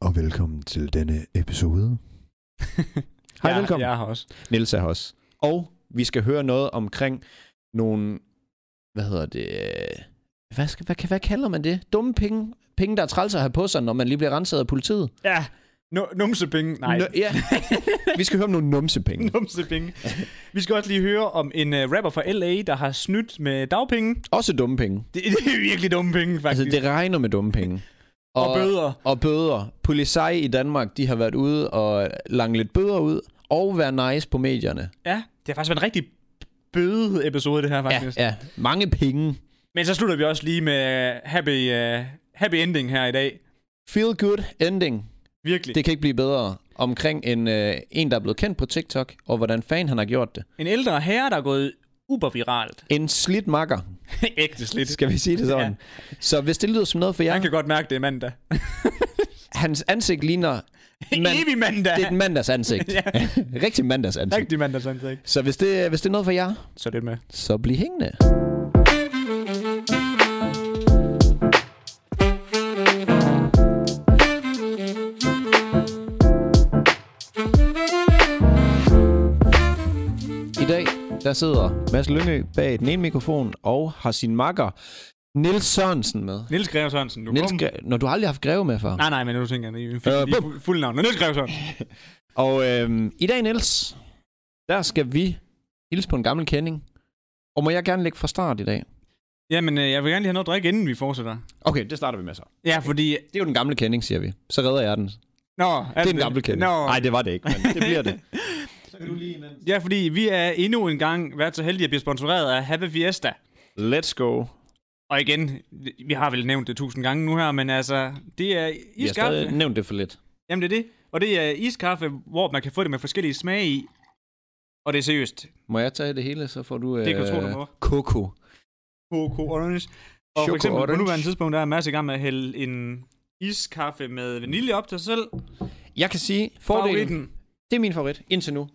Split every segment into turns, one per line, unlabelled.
og velkommen til denne episode. Hej,
jeg,
velkommen.
Jeg har også.
Niels er her også. Og vi skal høre noget omkring nogle, hvad hedder det, øh, hvad, skal, hvad, hvad kalder man det? Dumme penge. Penge, der er træls at have på sig, når man lige bliver renset af politiet.
Ja, no, numsepenge. Nej,
Nå, ja. vi skal høre om nogle numsepenge.
numsepenge. Vi skal også lige høre om en uh, rapper fra LA, der har snydt med dagpenge.
Også dumme penge.
Det, det er virkelig dumme penge,
Altså,
faktisk.
det regner med dumme penge.
og, og bøder.
Og bøder. Polizei i Danmark, de har været ude og lange lidt bøder ud, og være nice på medierne.
Ja, det har faktisk været en rigtig bøde episode, det her, faktisk.
Ja, ja. Mange penge.
Men så slutter vi også lige med øh, happy, uh, happy ending her i dag.
Feel good ending.
Virkelig. Det...
Det kan ikke blive bedre. Omkring en, øh, en der er blevet kendt på TikTok, og hvordan fanden han har gjort det.
En ældre herre, der er gået uberviralt.
En slidt makker,
Ægte slidt.
skal vi sige det sådan. Ja. Så hvis det lyder som noget for jer,
Han kan godt mærke det er mandag.
hans ansigt ligner...
Man... Evig mandag.
Det er et mandags ansigt.
Ja.
Rigtig mandags ansigt.
Rigtig mandag, sådan set.
Så hvis det, hvis det er noget for jer,
Så det med.
så bliv hængende. I dag, der sidder Mads Lyngø bag den ene mikrofon og har sin makker Nils Sørensen med.
Niels Greve Sørensen, du
Niels
kom.
Gre- Når du har aldrig har haft greve med før.
Nej, nej, men nu tænker jeg lige,
Øh,
fik lige
bum.
fu- fuld navn. Niels Greve Sørensen.
Og øhm, i dag, Niels, der skal vi hilse på en gammel kending. Og må jeg gerne lægge fra start i dag?
Jamen, øh, jeg vil gerne lige have noget at drikke, inden vi fortsætter.
Okay, det starter vi med så.
Ja, fordi...
Det er jo den gamle kending, siger vi. Så redder jeg den. Det
Nå,
er en gammel kending.
Nå,
Nej, det var det ikke, men det bliver det.
ja, fordi vi er endnu en gang været så heldige at blive sponsoreret af Have Fiesta.
Let's go.
Og igen, vi har vel nævnt det tusind gange nu her, men altså, det er
Vi har
iskaffe.
stadig nævnt det for lidt.
Jamen, det er det. Og det er iskaffe, hvor man kan få det med forskellige smage i. Og det er seriøst.
Må jeg tage det hele, så får du... øh,
Det kan du tro, du må.
Coco.
Coco Orange. Og for
Choco
eksempel på
Orange.
nuværende tidspunkt, der er masser i gang med at hælde en iskaffe med vanilje op til sig selv.
Jeg kan sige, fordelen...
Favoritten.
Det er min favorit, indtil nu.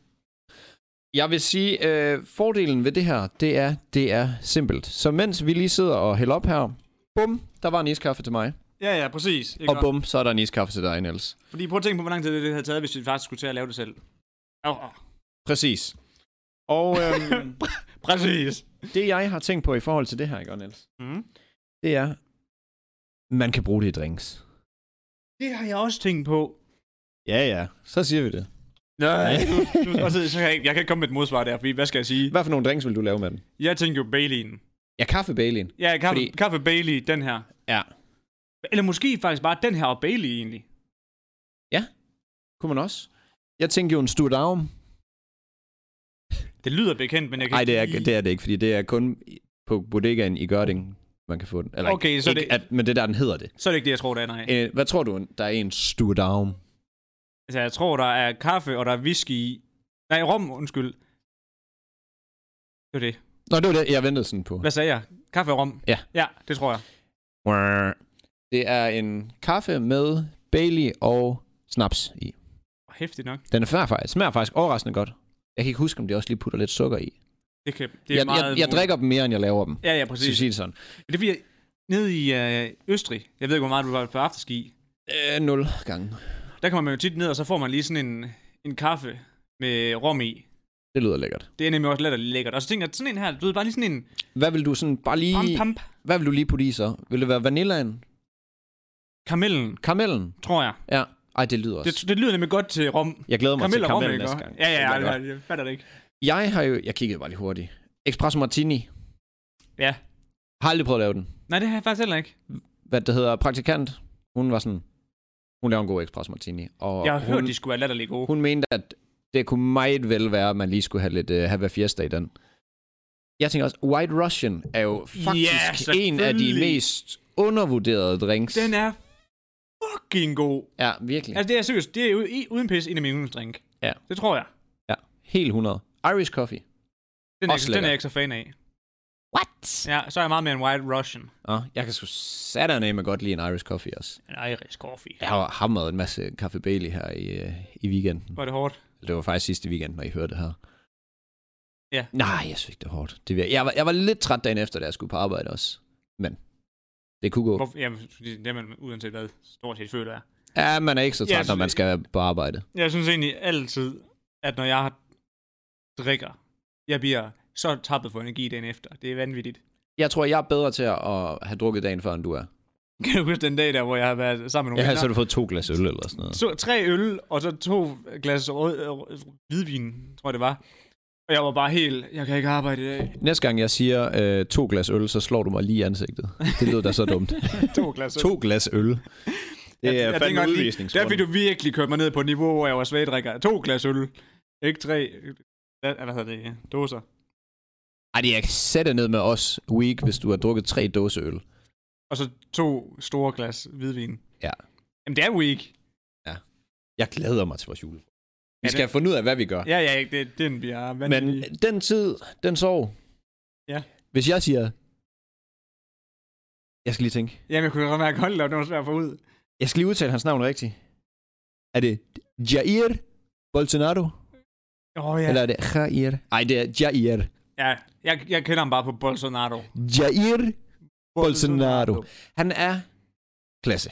Jeg vil sige, øh, fordelen ved det her, det er, det er simpelt. Så mens vi lige sidder og hælder op her, bum, der var en iskaffe til mig.
Ja, ja, præcis. Ikke
Og bum, så er der en iskaffe til dig, Niels.
Fordi prøv at tænke på, hvor lang tid det havde taget, hvis vi faktisk skulle til at lave det selv. Oh, oh.
Præcis. Og øhm,
Præcis.
det, jeg har tænkt på i forhold til det her, ikke, også, Niels?
Mm.
Det er, man kan bruge det i drinks.
Det har jeg også tænkt på.
Ja, ja. Så siger vi det.
Nej. Du, du, og så, så kan jeg, ikke- jeg kan ikke komme med et modsvar der, fordi hvad skal jeg sige?
Hvad for nogle drinks vil du lave med den?
Jeg tænker jo Bailey'en.
Ja, kaffe Baileyen.
Ja, kaffe,
Fordi-
fordi... kaffe Bailey, den her.
Ja.
Eller måske faktisk bare den her og Bailey egentlig.
Kunne man også? Jeg tænkte jo en Stuart Daum.
Det lyder bekendt, men jeg kan
Nej, det er,
lige-
det er det ikke, fordi det er kun på bodegaen i Gørding, man kan få den. Eller
Okay,
ikke,
så
ikke,
det-
At, men det der, den hedder det.
Så er det ikke det, jeg tror, der er, nej.
Øh, hvad tror du, der er en Stuart Daum?
Altså, jeg tror, der er kaffe, og der er whisky i. Nej, rom, undskyld. Det var det.
Nå, det var det, jeg ventede sådan på.
Hvad sagde jeg? Kaffe og rom?
Ja.
Ja, det tror jeg.
Det er en kaffe med Bailey og snaps i.
Hæftigt nok.
Den smager faktisk, smager faktisk overraskende godt. Jeg kan ikke huske, om det også lige putter lidt sukker i.
Det, kan, det er
Jeg,
meget...
jeg, jeg drikker dem mere, end jeg laver dem.
Ja, ja,
Præcis.
præcis.
Sige det sådan.
Det er fordi, jeg, nede i øh, Østrig, jeg ved ikke, hvor meget du var på afterski,
Øh, nul gange.
der kommer man jo tit ned, og så får man lige sådan en, en kaffe med rom i.
Det lyder lækkert.
Det er nemlig også let og lækkert. Og så tænker jeg, sådan en her, du ved, bare lige sådan en
Hvad vil du sådan bare lige...
pam pam
Hvad vil du lige putte i så? Vil det være vanillaen?
Karamellen,
Karamellen?
tror jeg.
Ja. Ej, det lyder også.
Det, det lyder nemlig godt til rom.
Jeg glæder mig
Karamel
til
og rom,
karamellen
ikke?
næste gang.
Ja, ja,
Det
ja,
bliver
ja,
godt.
jeg fatter det ikke.
Jeg har jo... Jeg kiggede bare lige hurtigt. Espresso Martini.
Ja.
Har aldrig prøvet at lave den.
Nej, det har jeg faktisk heller ikke.
Hvad det hedder, praktikant. Hun var sådan... Hun laver en god Espresso Martini. Og
Jeg har
hun,
hørt, de skulle være latterlig gode.
Hun mente, at det kunne meget vel være, at man lige skulle have lidt uh, have fiesta i den. Jeg tænker også, White Russian er jo faktisk
Ja,
yeah, en af de
selvfølgelig.
mest undervurderede drinks.
Den er fucking god.
Ja, virkelig.
Altså, det er seriøst. Det er jo i- uden pis en af mine yndlingsdrink.
Ja.
Det tror jeg.
Ja, helt 100. Irish coffee.
Den er,
Også
ikke- den er
lækker.
jeg ikke så fan af.
What?
Ja, så er jeg meget mere en white russian.
Nå, jeg kan sgu sataname godt lide en Irish coffee også.
En irish coffee.
Jeg har hamret en masse Café Bailey her i, øh, i weekenden.
Var det hårdt?
Det var faktisk sidste weekend, når I hørte det her.
Ja.
Nej, jeg synes ikke, det var hårdt. Det, vir- jeg, var, jeg var lidt træt dagen efter, da jeg skulle på arbejde også. Men det kunne gå.
Hvorfor? Jamen, fordi det er man uanset hvad stort set føler jeg.
Ja, man er ikke så træt,
Ja,
yes.
så-
når man skal på arbejde.
Jeg synes egentlig altid, at når jeg drikker, jeg bliver så tappet for energi dagen efter. Det er vanvittigt.
Jeg tror, jeg er bedre til at at have drukket dagen før, end du er.
Kan du huske den dag der, hvor jeg har været sammen med nogle
Ja,
venner?
så har du fået to glas øl eller sådan noget.
så tre øl, og så to glas rød, øh, hvidvin, tror jeg det var. Og jeg var bare helt, jeg kan ikke arbejde i dag.
Næste gang jeg siger øh, to glas øl, så slår du mig lige i ansigtet. Det lyder da så dumt.
To glas øl.
to glas øl. Det er fandme
tænker lige, Der fik
udvisningsgrund.
du virkelig kørt mig ned på et niveau, hvor jeg var svagdrikker. To glas øl, ikke tre. øh, Hvad hvad hedder det? Dåser.
Ej, det er sætte ned med os week, hvis du har drukket tre dåse øl.
Og så to store glas hvidvin.
Ja.
Jamen, det er weak.
Jeg glæder mig til vores jule. Vi
Ja,
skal
det-
finde ud af, hvad vi gør.
Ja, ja, det, den bliver vanvittig.
Men den tid, den sov.
Ja.
Hvis jeg siger... Jeg skal lige tænke.
Jamen, jeg kunne godt mærke, hold da, op, det var svært at få ud.
Jeg skal lige udtale hans navn rigtigt. Er det Jair Bolsonaro? Ja.
Åh, oh, ja.
Eller er det Jair? Nej, det er Jair.
ja jeg, jeg kender ham bare på Bolsonaro.
Jair Bolsonaro. Han er klasse.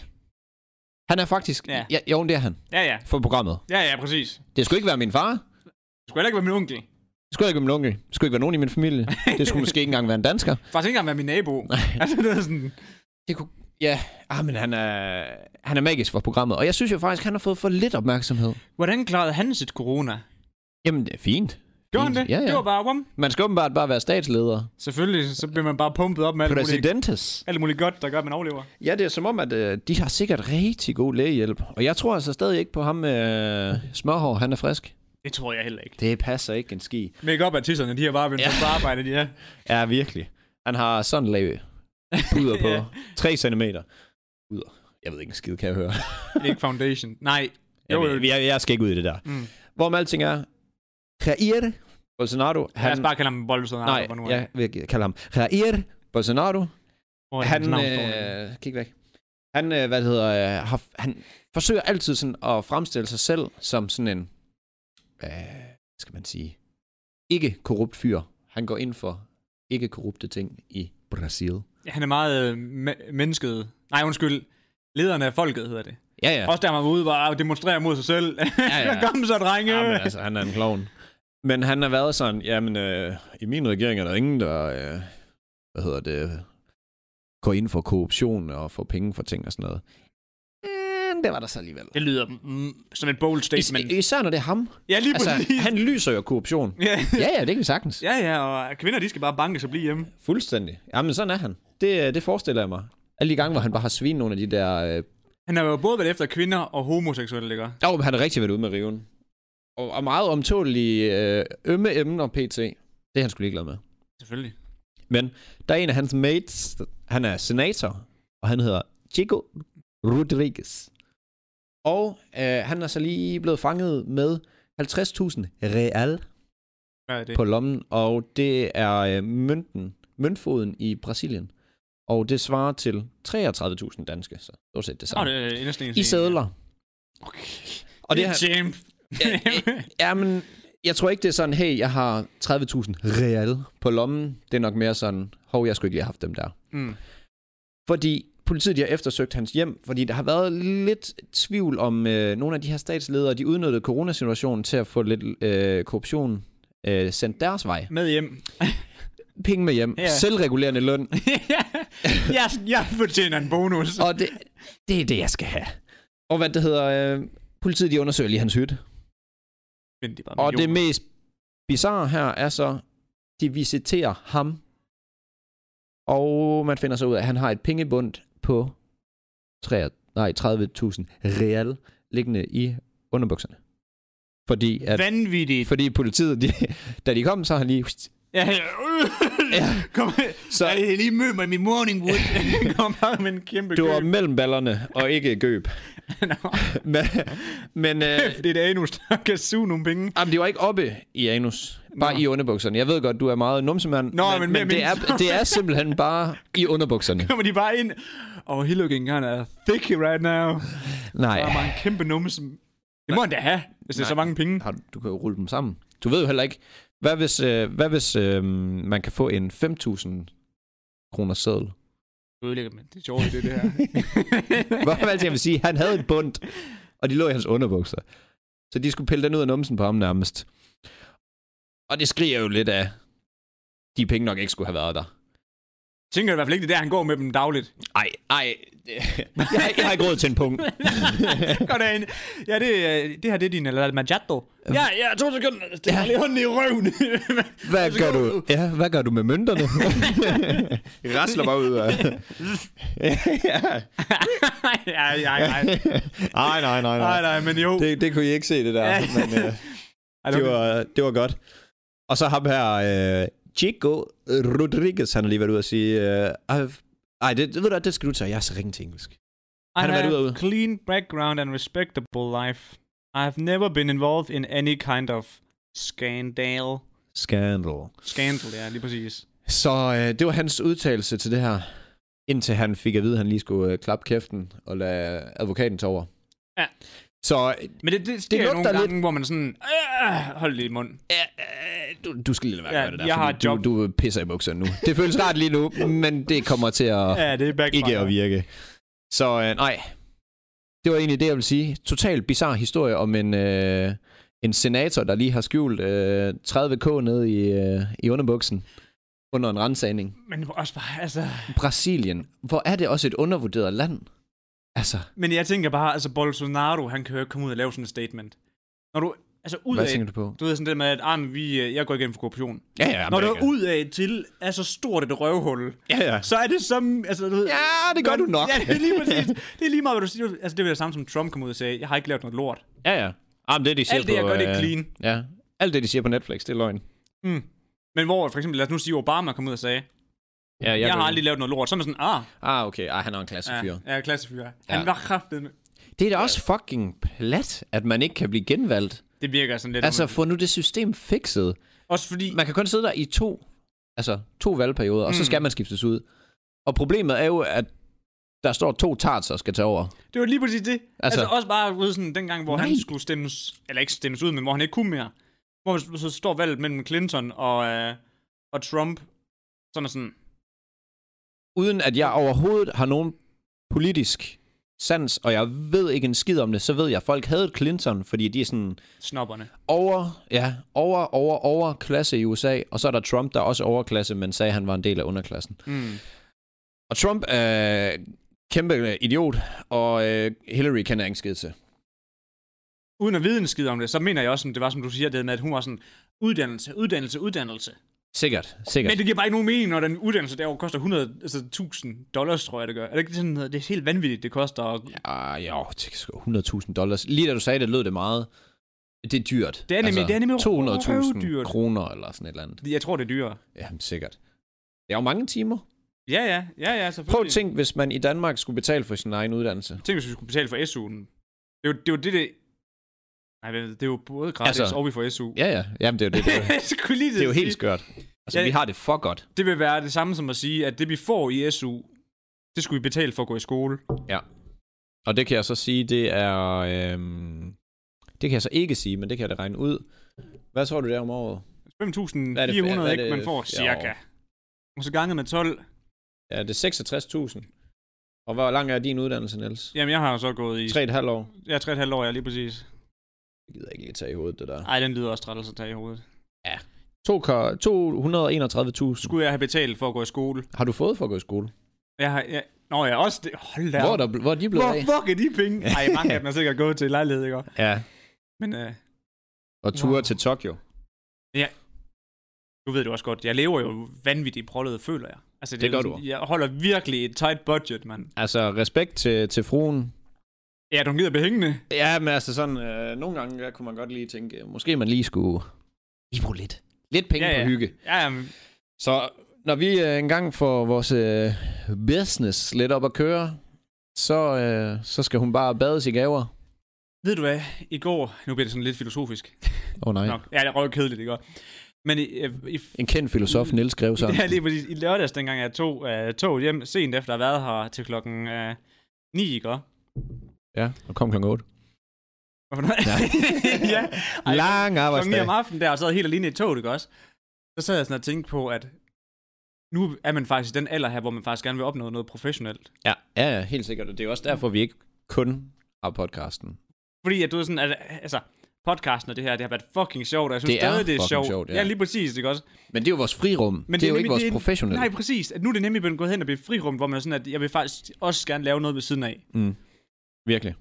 Han er faktisk... Ja.
Ja.
ja jo, det er han.
Ja, ja.
For programmet.
Ja, ja, præcis.
Det skulle ikke være min far.
Det skulle heller ikke være min onkel.
Det skulle ikke være min onkel. Det skulle ikke være nogen i min familie. Det skulle måske ikke engang være en dansker.
Faktisk ikke engang være min nabo. altså, det er sådan...
Det kunne... Ja, ah, men han er, han er magisk for programmet. Og jeg synes jo faktisk, han har fået for lidt opmærksomhed.
Hvordan klarede han sit corona?
Jamen, det er fint.
Gjorde han
Fint.
det?
Ja, ja.
Det var bare om.
Man skal åbenbart bare være statsleder.
Selvfølgelig, så bliver man bare pumpet op med alt muligt,
Præsidentes.
alt muligt godt, der gør, at man overlever.
Ja, det er som om, at øh, de har sikkert rigtig god lægehjælp. Og jeg tror altså stadig ikke på ham med øh, smørhår. Han er frisk.
Det tror jeg heller ikke.
Det passer ikke en ski.
Make up artisterne, de har bare vendt
Ja.
ja. på arbejde, de er.
Ja, virkelig. Han har sådan lav puder på.
Ja.
3 cm. Puder. Jeg ved ikke en skid, kan jeg høre.
Ikke foundation. Nej.
Jeg,
Jo, jo.
ved- jeg, jeg skal ikke ud i det der.
Mm.
Hvorom alting er, Jair Bolsonaro,
Han... Lad os
han...
bare kalde ham Bolsonaro
Nej,
for nu. af.
jeg vil kalde ham Jair Bolsonaro.
Hvor er
Han,
hans navn står henne?
øh, kig væk. Han, øh, hvad det hedder, øh, har, han forsøger altid sådan at fremstille sig selv som sådan en, øh, hvad skal man sige, ikke korrupt fyr. Han går ind for ikke korrupte ting i Brasil.
Han er meget øh, me- mennesket. Nej, undskyld. Lederen af folket hedder det.
Ja, ja.
Ja. Også der man var ude bare og demonstrere mod sig selv.
ja, ja.
Kom så, drenge.
Ja, men altså, han er en klovn. Men han har været sådan, jamen, øh, i min regering er der ingen, der, øh, hvad hedder det, går ind for korruption og får penge for ting og sådan noget. Mm, det var der så alligevel.
Det lyder mm, som et bold statement.
Is- især når det er ham.
ja, lige
Altså,
præcis.
han lyser jo af korruption.
Ja.
Ja, ja, det kan vi sagtens.
ja, ja, og kvinder, de skal bare banke sig blive hjemme.
Fuldstændig. Jamen, sådan er han. Det, øh, det forestiller jeg mig. Alle de gange, hvor han bare har svinet nogle af de der... Øh...
Han har jo både været efter kvinder og homoseksuelle, ikke?
Oh, han har rigtig været ude med riven. Og, og meget omtålige øh, ømme emner, pt. Det er han skulle ligeglad med.
Selvfølgelig.
Men der er en af hans mates, han er senator, og han hedder Chico Rodriguez. Og øh, han er så lige blevet fanget med 50.000 real
Hvad er det?
på lommen, og det er øh, mønten, møntfoden i Brasilien. Og det svarer til 33.000 danske, så stort set det
Nå,
samme.
det øh, er indersten.
I sædler.
Okay.
Og det,
er
er-
champ.
ja, men jeg tror ikke, det er sådan, hey, jeg har 30.000 real på lommen. Det er nok mere sådan, hov, jeg skulle ikke lige have haft dem der.
mm.
fordi politiet de har eftersøgt hans hjem, fordi der har været lidt tvivl om øh, nogle af de her statsledere, de udnyttede coronasituationen til at få lidt øh, korruption øh, sendt deres vej.
Med hjem.
Penge med hjem, ja.
Ja.
selvregulerende løn,
jeg, jeg fortjener en bonus.
og det, det er det, jeg skal have. Og hvad det hedder, øh, politiet de undersøger lige hans hytte.
Men det er bare
Og det
millioner.
mest bizarre her er så, de visiterer ham, og man finder så ud af, at han har et pengebund på tre- nej, 30.000 real liggende i underbukserne. Fordi, at,
Vanvittigt.
fordi politiet, de, da de kom, så har han lige...
Ja, ja.
Ja.
Kom
Så
så... Jeg er lige mødt mig i min morning wood. Kom bare med en kæmpe
det var
køb.
mellem ballerne, og ikke gøb.
Nå,
Men, men øh,
kæft, det er et anus, der kan suge nogle penge.
Jamen, det var ikke oppe i anus. Bare
Nå.
i underbukserne. Jeg ved godt, du er meget numsemand.
Nå, men mere
men det, er,
mindre.
det er simpelthen bare i underbukserne.
Kommer de bare ind. Og oh, he looking kind of thick right now. Der er
Nej.
bare en kæmpe numse. Det må han da have, hvis det er
Nej.
så mange penge.
har, du kan jo rulle dem sammen. Du ved jo heller ikke, hvad hvis, øh, hvad hvis øh, man kan få en 5.000 kroner seddel?
Du ødelægger men det er sjovt, det, er det her.
Hvorfor valgte jeg at sige, han havde en bund, og de lå i hans underbukser. Så de skulle pille den ud af numsen på ham nærmest. Og det skriger jo lidt af, de penge nok ikke skulle have været der.
Tænker i hvert fald ikke, det er der, han går med dem dagligt.
Ej, ej, det- jeg, har- jeg har ikke råd til en punkt.
Godt derinde. Ja, det, er- det her det er din Al Mangiato. Ja, ja, to sekunder. Det er lige hånden i røven.
Hvad gør du? Ja, hvad gør du med mønterne? Rasler bare ud af. ja.
ja, ja, ja.
Ej, nej, nej,
Nej,
nej.
nej, men jo.
Det, det kunne I ikke se, det der.
Ja.
Men, øh,
Ej,
det,
okay.
var, det var godt. Og så ham her, øh, Chico Rodriguez, han har lige været ude og sige, øh, I've- ej, det, ved du, hvad, det skal du tage, jeg er så ringe til engelsk.
I
Han har været
have
ude og ude.
clean background and respectable life. I have never been involved in any kind of scandal.
Scandal.
Scandal, ja, lige præcis.
Så øh, det var hans udtalelse til det her, indtil han fik at vide, at han lige skulle øh, klappe kæften og lade advokaten tage over.
Ja.
Så øh,
Men det, det sker det
lugter
nogle gange,
lidt.
lidt. hvor man sådan, "Øh, hold lige i munden.
øh, du, du skal lige lade være med
Ja,
det der,
jeg har
fordi
et job.
Du, du pisser i bukserne nu. Det føles rart lige nu, men det kommer til at...
Ja, det er backfire.
ikke at virke. Så øh, nej, det var egentlig det, jeg vil sige. Totalt bizarre historie om en, øh, en senator, der lige har skjult øh, 30k ned i, øh, i underbuksen under en rensagning.
Men også bare, altså...
Brasilien, hvor er det også et undervurderet land? Altså,
Men jeg tænker bare, altså Bolsonaro, han kan jo ikke komme ud og lave sådan et statement. Når du, altså ud
hvad
af,
tænker du på?
du ved sådan det med, at ah, men vi, øh, jeg går igen for korruption.
Ja, ja,
Når du er ud af til er så stort et røvhul,
Ja, ja.
så er det som, altså du ved,
Ja, det gør du nok.
Ja, det er lige præcis. Det er lige meget, hvad du siger. Altså, det var det samme, som Trump kom ud og sagde, jeg har ikke lavet noget lort.
Ja, ja. Jamen, det, de siger
Alt det, jeg
på,
gør, det er
øh,
clean.
Ja. Alt det, de siger på Netflix, det er løgn.
Mm. Men hvor for eksempel, lad os nu sige, Obama kom ud og sagde, jeg,
Ja, jeg,
har aldrig lavet noget lort. Så er man sådan, ah,
Ah, okay. Ej, han er en klassefyr.
ja, ja klassefyr. Han
Ja.
var kraftet med.
Det er da også fucking plat, at man ikke kan blive genvalgt.
Det virker sådan lidt.
Altså,
underligt.
få nu det system fikset.
også fordi,
Man kan kun sidde der i to, altså to valgperioder, og
Mm.
så skal man skiftes ud. Og problemet er jo, at der står to tarts og skal tage over.
det var lige præcis det.
Altså-
Altså, altså også bare ved sådan, dengang, hvor
Nej.
han skulle stemmes, eller ikke stemmes ud, men hvor han ikke kunne mere. Hvor så- så står valget mellem Clinton og, øh, og Trump. Sådan og sådan,
Uden at jeg overhovedet har nogen politisk sans, og jeg ved ikke en skid om det, så ved jeg, at folk havde Clinton, fordi de er sådan
snobberne.
over, ja, over, over, overklasse i USA, og så er der Trump, der er også overklasse, men sagde, at han var en del af underklassen.
Mm.
Og Trump er kæmpe øh, idiot, og øh, Hillary kan jeg ikke skide til.
uden at vide en skid om det, så mener jeg også, som det var, som du siger, det med, at hun var sådan, uddannelse, uddannelse, uddannelse.
Sikkert, sikkert.
Men det giver bare ikke nogen mening, når den uddannelse derovre koster 100, altså 1000 dollars, tror jeg, det gør. Er det ikke sådan, det er helt vanvittigt, det koster? Ja,
Ah, jo, det er sgu 100.000 dollars. Lige da du sagde det, lød det meget. Det er dyrt. Altså,
Det er nemlig- det er nemlig
200.000
røvdyrt.
kroner eller sådan et eller andet.
jeg tror, det er dyrere.
Jamen, sikkert. Det er jo mange timer.
Ja, ja, ja, ja, selvfølgelig.
Prøv at tænk, hvis man i Danmark skulle betale for sin egen uddannelse.
Tænk, hvis vi skulle betale for SU'en. Det er jo det, er jo det, det... Nej, hvad- det er jo både gratis,
Altså-
altså, og vi får SU.
Ja, ja. Jamen, det er jo det. Det er,
Jeg skulle lige til
det er jo
at
helt
sige,
skørt. Altså,
Ja.
vi har det for godt.
Det vil være det samme som at sige, at det, vi får i SU, det skulle vi betale for at gå i skole.
Og det kan jeg så sige, det er... Øhm, det kan jeg så ikke sige, men det kan jeg da regne ud. Hvad tror du der om året?
5.400,
Hvad er det-
ikke, man får, cirka. Og så ganget med 12,
Ja, det er 66.000. Og hvor lang er din uddannelse, Niels?
Jamen, jeg har jo så gået i...
3,5 år.
Jeg er tre og et halvt år, jeg lige præcis.
Det gider jeg ikke lige tage i hovedet, det der.
Ej, den lyder også træt at tage i hovedet.
231.000
Skulle jeg have betalt for at gå i skole?
har du fået for at gå i skole?
Jeg har... Jeg... Nå, jeg også... Det... Hold da.
Hvor er,
op.
der, hvor er de blevet
Hvor
af?
fuck er de penge? Ej, mange af dem er sikkert gået til lejlighed, ikke? også?
Ja,
Men øh,
og ture
Wow.
wow. til Tokyo.
du ved det også godt. Jeg lever jo vanvittigt prollet, føler jeg. Altså,
Det
er
gør
sådan,
du.
Jeg holder virkelig et tight budget, mand.
Altså, respekt til, til fruen.
Ja, du gider behængende.
Ja, men altså sådan, øh, nogle gange der kunne man godt lige tænke, øh, måske man lige skulle lige bruge lidt. Lidt penge
Ja,
ja, ja.
ja.
på hygge.
Ja, jamen,
Så når vi øh, engang får vores øh, business lidt op at køre, så, øh, så skal hun bare bades i gaver.
ved du hvad? I går... Nu bliver det sådan lidt filosofisk.
Åh oh, nej.
Nok. Ja, det er røv kedeligt, ikke? også? Men i, øh, i, i
En kendt filosof, Niels, skrev sådan.
Mm. Ja, lige præcis. I lørdags, dengang jeg tog uh, tog hjem sent efter at have været her til klokken uh, 9, ikke? også?
Ja, og kom klokken 8.
Hvorfor noget?
Ja.
ja. Ej,
Lang
klokken 9
arbejdsdag.
om aftenen der, og sad helt alene i et tog, ikke også? Så sad jeg sådan og tænkte på, at nu er man faktisk i den alder her, hvor man faktisk gerne vil opnå noget professionelt.
Ja, ja, ja helt sikkert. Og det er jo også derfor, vi ikke kun har podcasten.
Fordi at du er sådan, at, altså, podcasten og det her, det har været fucking sjovt, og jeg synes
Det
det
er
stadig, det er
fucking
sjovt.
sjovt, ja.
ja. lige præcis, ikke også?
Men det er jo vores frirum. Men det, er jo
nemlig-
ikke vores
det er-
professionelle.
Nej, præcis. At nu er det nemlig blevet gået hen og blive et frirum, hvor man er sådan, at jeg vil faktisk også gerne lave noget ved siden af.
Mm. Virkelig.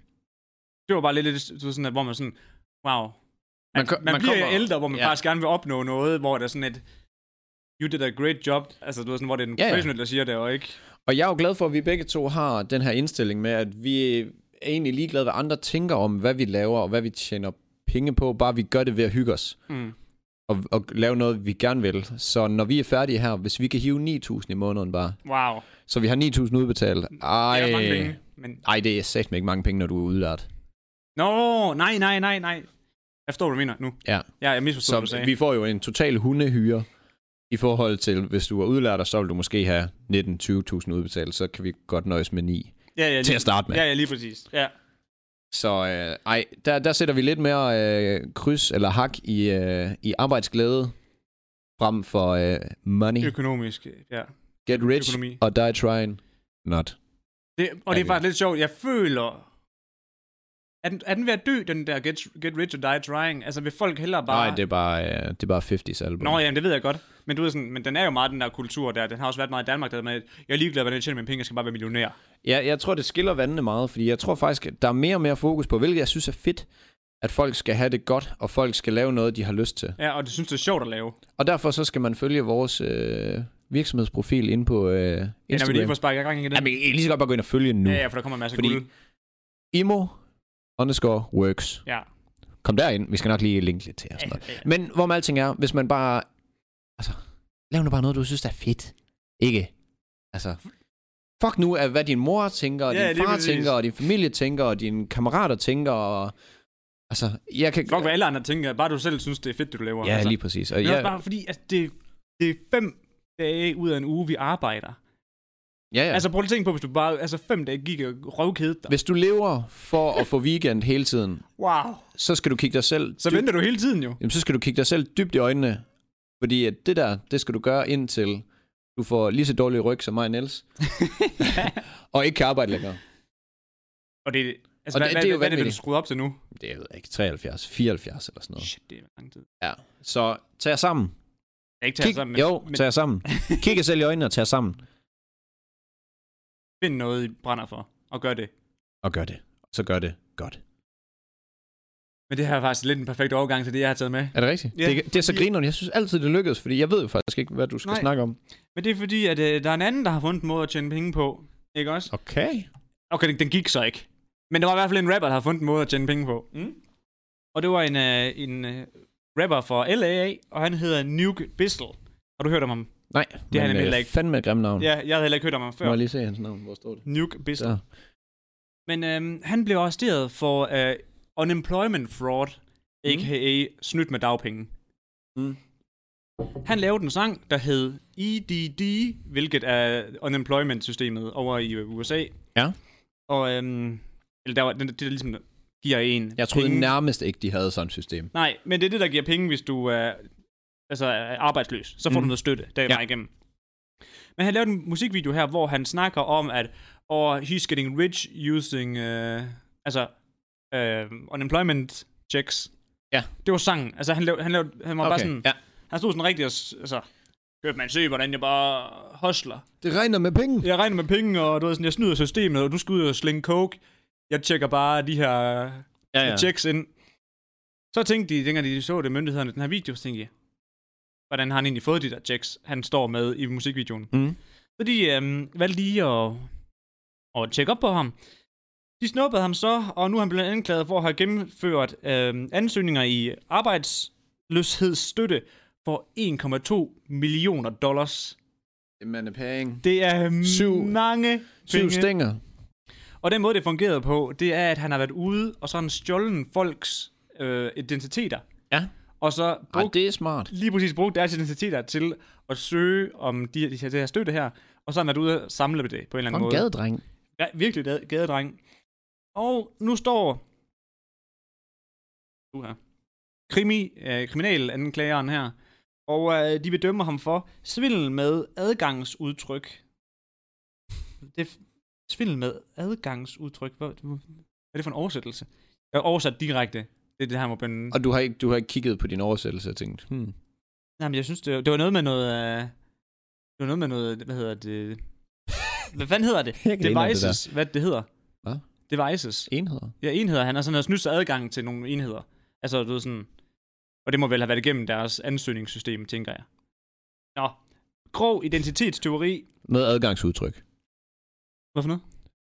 Det var bare lidt, lidt du ved, sådan, at, hvor man sådan, wow. At
Man ko-
man,
man
bliver
kommer-
ældre, hvor man
ja.
ja. faktisk gerne vil opnå noget, hvor der er sådan et, you did a great job. Altså, du ved sådan, hvor det er en
Ja, ja.
professionel, der siger det, og ikke...
Og jeg er jo glad for, at vi begge to har den her indstilling med, at vi er egentlig ligeglade, hvad andre tænker om, hvad vi laver og hvad vi tjener penge på, bare vi gør det ved at hygge os
Mm.
og, og lave noget, vi gerne vil. Så når vi er færdige her, hvis vi kan hive 9.000 i måneden bare,
Wow.
så vi har 9.000 udbetalt. Ej,
Det er mange penge, men...
ej, det er satme ikke mange penge, når du er udlært.
Nå, nej, nej, nej, nej. Jeg forstår, hvad du mener nu.
Ja.
Ja, jeg misforstod, hvad du
Så
sagde.
vi får jo en total hundehyre i forhold til, hvis du er udlært, og så vil du måske have 19-20.000 udbetalt, så kan vi godt nøjes med 9
ja, ja,
til at starte med.
Ja, ja, lige præcis. Ja.
Så øh, ej, der, der sætter vi lidt mere øh, kryds eller hak i, øh, i arbejdsglæde frem for øh, money,
Økonomisk, ja.
get rich
økonomi.
og die trying, not.
Det,
Ja,
og det er
det-
faktisk lidt sjovt. Jeg føler... Er den, er den ved at dø, den der get, get rich or die trying? Altså, vil folk hellere bare...
Nej, det er bare, øh, det er bare 50's album.
Nå, jamen, det ved jeg godt. Men, du ved sådan, men den er jo meget den der kultur der. Den har også været meget i Danmark, der er med, jeg er ligeglad, hvordan jeg tjener mine penge, jeg skal bare være millionær.
Ja, jeg tror, det skiller vandene meget, fordi jeg tror faktisk, at der er mere og mere fokus på, hvilket jeg synes er fedt, at folk skal have det godt, og folk skal lave noget, de har lyst til.
Ja, og det synes, det er sjovt at lave.
Og derfor så skal man følge vores øh, virksomhedsprofil ind på øh,
Ja, når vi
Instagram.
lige får sparket i gang i den.
Jamen, I kan lige så godt bare gå ind og følge den nu.
ja, ja, for der kommer masser
Fordi-
af guld.
Imo underscore works.
Ja.
Kom derind. Vi skal nok lige linke lidt til og sådan noget.
Ja, ja.
Men hvor med alting er, hvis man bare... Altså, lav nu bare noget, du synes, der er fedt. Ikke? Altså, fuck nu af, hvad din mor tænker, og
Ja,
din
lige
far
præcis.
tænker, og din familie tænker, og dine kammerater tænker, og... Altså, jeg kan...
Fuck, hvad alle andre tænker. Bare du selv synes, det er fedt, det du laver.
Ja,
altså.
lige præcis. Og
Men også
jeg,
bare fordi, at det, det er fem dage ud af en uge, vi arbejder.
ja,
Ja.
ja.
Altså, prøv lige at tænke på, hvis du bare... Altså, fem dage gik og røvkede dig.
Hvis du lever for at få weekend hele tiden,
Wow.
så skal du kigge dig selv...
Så
dybt-
venter du hele tiden jo.
Jamen, så skal du kigge dig selv dybt i øjnene, fordi at det der, det skal du gøre indtil du får lige så dårlig ryg som mig og Niels, og ikke kan arbejde længere.
Og det, altså,
Og
og
det-
hvad,
det er jo
det hvad, hvad er det, du
vanvittigt.
skruet op til nu?
Det er jo ikke 73, 74 eller sådan noget.
Shit, det er lang tid.
Ja. Så tag jer sammen.
Jeg er ikke tager
Kig,
sammen,
sammen
men,
jo,
men
tag jer sammen. Kig jer selv i øjnene og tag jer sammen.
find noget, I brænder for, og gør det.
Og gør det. Så gør det godt.
Men det her er faktisk lidt en perfekt overgang til det, jeg har taget med.
Er det rigtigt?
Ja,
det, det er så
fordi-
grineren. Jeg synes altid, det lykkedes, fordi jeg ved jo faktisk ikke, hvad du skal
Nej.
snakke om.
Men det er fordi, at øh, der er en anden, der har fundet en måde at tjene penge på. Ikke også?
Okay.
Okay, den, den gik så ikke. Men der var i hvert fald en rapper, der har fundet en måde at tjene penge på. Mm. Og det var en, øh, en øh, rapper fra LAA, og han hedder Nuke Bissell. Har du hørt om ham?
Nej, det
han
men,
nemlig
øh,
ikke.
fandme et grimt navn.
Ja, jeg havde heller ikke hørt om ham før.
Mm. Må jeg lige se hans navn? Hvor står det?
Nuke Bissell.
Der.
Men øhm, han blev arresteret for øh, unemployment fraud,
Mm.
a.k.a. snydt med dagpenge.
Mm.
Han lavede en sang, der hed EDD, hvilket er unemployment-systemet over i øh, USA.
Ja.
Og øhm, eller der var, det, det der ligesom giver en
Jeg troede
penge.
nærmest ikke, de havde sådan et system.
Nej, men det er det, der giver penge, hvis du er, altså, er arbejdsløs. Så får
Mm.
mm. du noget støtte dagen
Ja.
ja. igennem. Men han lavede en musikvideo her, hvor han snakker om, at oh, he's getting rich using uh, altså, uh, unemployment checks.
Ja.
Det var sangen. Altså, han, lavede, han, lavede, han var okay. bare sådan,
ja.
han stod sådan rigtig og, s- altså, køb man se, hvordan jeg bare hustler.
Det regner med penge.
Jeg regner med penge, og du ved, sådan, jeg snyder systemet, og du skal ud og slinge coke. Jeg tjekker bare de her
Ja,
ja. checks ind. Så tænkte de, dengang de så det, myndighederne, den her video, så tænkte jeg, hvordan har han egentlig fået de der checks, han står med i musikvideoen.
Mm.
Så de øhm, valgte lige at, at tjekke op på ham. De snuppede ham så, og nu er han blevet anklaget for at have gennemført øhm, ansøgninger i arbejdsløshedsstøtte for 1,2 millioner dollars.
Man er penge.
Det er
Syv-
mange
Syv
penge.
stænger.
Og den måde, det fungerede på, det er, at han har været ude, og så har han stjålet folks øh, identiteter.
Ja.
Og så
Ej,
brugt,
det er smart.
lige præcis brugt deres identiteter til at søge om de, de, her- det her støtte her. Og så har han været ude og samle på det på en eller
For
anden
en
måde.
gadedreng.
Ja, virkelig gade, gadedreng. Og nu står... Du her. Krimi, øh, kriminalanklageren her, Og øh, de vil dømme ham for svindel med adgangsudtryk. Det er f- svindel med adgangsudtryk. Hvad, hvad er det for en oversættelse? Jeg har oversat direkte. Det er det her, hvor bønnen...
Og du har ikke, du har ikke kigget på din oversættelse og tænkt, hmm.
Nej, men jeg synes, det var, det var noget med noget... Øh, det var noget med noget... Hvad hedder det? Hvad fanden hedder det?
Jeg griner af det
Devices. hvad det hedder?
Hvad?
Devices.
Enheder.
Ja, enheder. Han har sådan har snydt sig adgang til nogle enheder. Altså, du ved sådan... Og det må vel have været igennem deres ansøgningssystem, tænker jeg. Nå. Grov identitetsteori.
Med adgangsudtryk.
Hvad for noget?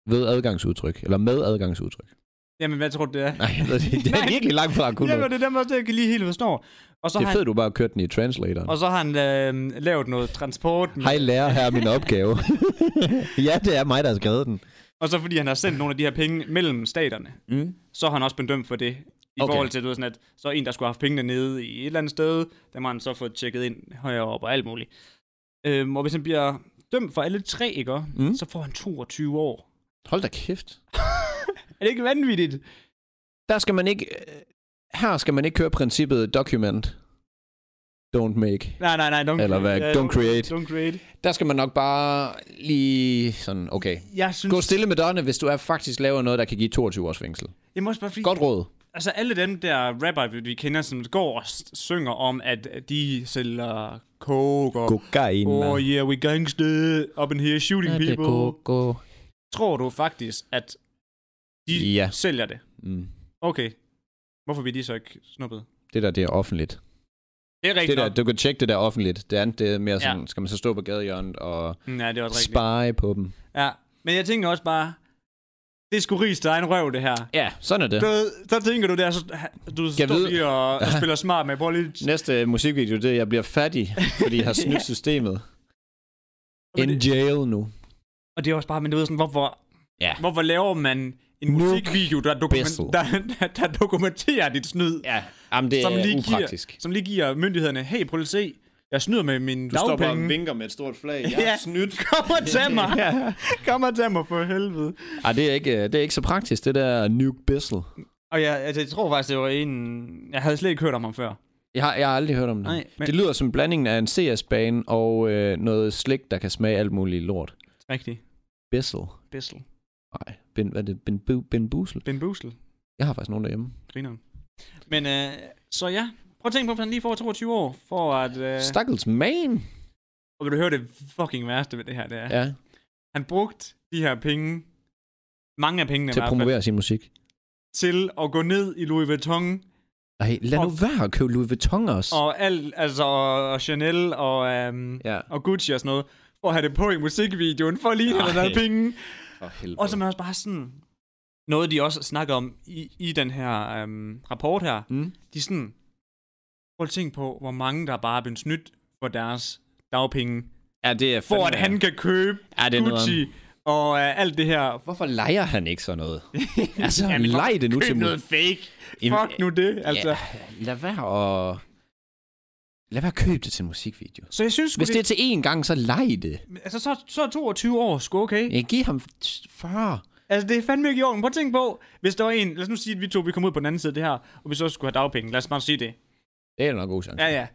Ved adgangsudtryk. Eller med adgangsudtryk.
Jamen, hvad tror du, det er?
Nej, jeg ved det, det er
Nej.
virkelig langt fra at kunne
Jamen,
noget.
det er dem også, det jeg kan lige helt forstår. Og så
Det
har
er fedt, du bare kørte den i translatoren.
han, og så har han øh, lavet noget transport.
Hej lærer, her er min opgave. ja, det er mig, der har skrevet den.
Og så fordi han har sendt nogle af de her penge mellem staterne.
Mm.
så har han også blevet dømt for det. I
Okay.
okay. forhold til, du ved, sådan at så er en, der skulle have haft pengene nede i et eller andet sted, der har han så fået tjekket ind højere op og alt muligt. Øhm, og hvis han bliver dømt for alle tre, ikke?
Mm.
Mm. så får han 22 år.
Hold da kæft.
Er det ikke vanvittigt?
Der skal man ikke... øh, Her skal man ikke køre princippet document. Don't make.
Nej, nej, nej. Don't,
Eller hvad?
ja,
Don't create.
Don't create.
Der skal man nok bare lige sådan, okay.
Jeg synes...
Gå stille med dørene, hvis du er faktisk laver noget, der kan give 22 års fængsel.
Jeg må også bare fordi...
Godt råd.
Altså alle dem der rapper, vi kender, som går og s- synger om, at de sælger coke og...
Kokain.
Oh yeah, we gangster up in here shooting people. Tror du faktisk, at de
Ja.
ja. sælger det?
Mm.
Okay. Hvorfor bliver de så ikke snuppet?
Det der, det er offentligt.
Det er
Det
rigtigt.
der, du kan tjekke det der offentligt. Det andet, det er mere
Ja.
sådan, skal man så stå på gadehjørnet og
nok. Ja, det var rigtigt.
spare på dem.
Ja. Men jeg tænker også bare, det er sgu rigs egen røv, det her.
Ja, sådan er det.
Du, ved, så tænker du der, så, du
Jeg
står
ved-
lige og, og spiller smart med, prøv lige...
Næste musikvideo, det er, jeg bliver fattig, fordi jeg har snydt
Ja.
systemet.
Men
In
det-
jail nu.
Og det er også bare, men du ved sådan, hvorfor,
Ja.
hvorfor laver man en
Nuk
musikvideo, der,
Bessel.
dokumen, der, der, der dokumenterer dit snyd,
Ja, jamen det
Som lige
er
giver-
upraktisk.
som lige giver myndighederne, hey, prøv lige at se, jeg snyder med mine dagpenge.
vinker med et stort flag.
Ja.
snydt.
Kom og tag mig. Kom og tag mig for helvede.
Ej, det er, ikke, øh, det er ikke så praktisk, det der Nuke Bissell.
Og jeg, altså, jeg tror faktisk, det var en... Jeg havde slet ikke hørt om ham før.
Jeg har, jeg har aldrig hørt om det.
Nej, men-
Det lyder som blandingen af en CS-bane og øh, noget slik, der kan smage alt muligt lort.
Rigtig.
Bissell.
Bissel.
Nej, ben, hvad er det? Ben, ben, ben Busel.
Ben Busel.
Jeg har faktisk nogen derhjemme.
Grineren. Men øh, så ja, prøv at tænke på, at han lige får 22 år, for at... Øh,
Stakkels man!
og vil du høre det fucking værste ved det her, det er,
Ja,
han brugte de her penge, mange af pengene
til
i
at
hvert fald,
promovere sin musik.
til at gå ned i Louis Vuitton,
Nej, lad nu
Og-
være at købe Louis Vuitton også.
og alt, altså, og Chanel, og, øhm,
Ja.
og Gucci og sådan noget, for at have det på i musikvideoen, for lige at
Ej.
have noget penge.
For helvede.
Og så er man også bare sådan... Noget, de også snakker om i, i den her øhm, rapport her,
Mm.
de er sådan... Prøv at tænke på, hvor mange der bare er blevet snydt for deres dagpenge.
Ja, det er
For at han kan købe
Ja, det er noget
Gucci og øh, alt det her.
Hvorfor leger han ikke sådan noget? altså,
Jamen, hvorfor
leg det nu til
Køb noget
mu-
fake.
Jamen,
Fuck nu det, altså.
Ja, lad være at... Lad være at købe det til en musikvideo.
Så jeg synes sgu,
Hvis det er til én gang, så leg det.
Altså, så, så er 22 år sgu okay.
Jeg giv ham 40.
Altså, det er fandme ikke i orden. Prøv at tænke på, hvis der var en... Lad os nu sige, at vi to vi kom ud på den anden side af det her, og vi så skulle have dagpenge. Lad os bare sige det.
Det er nok en god chance.
Ja, ja.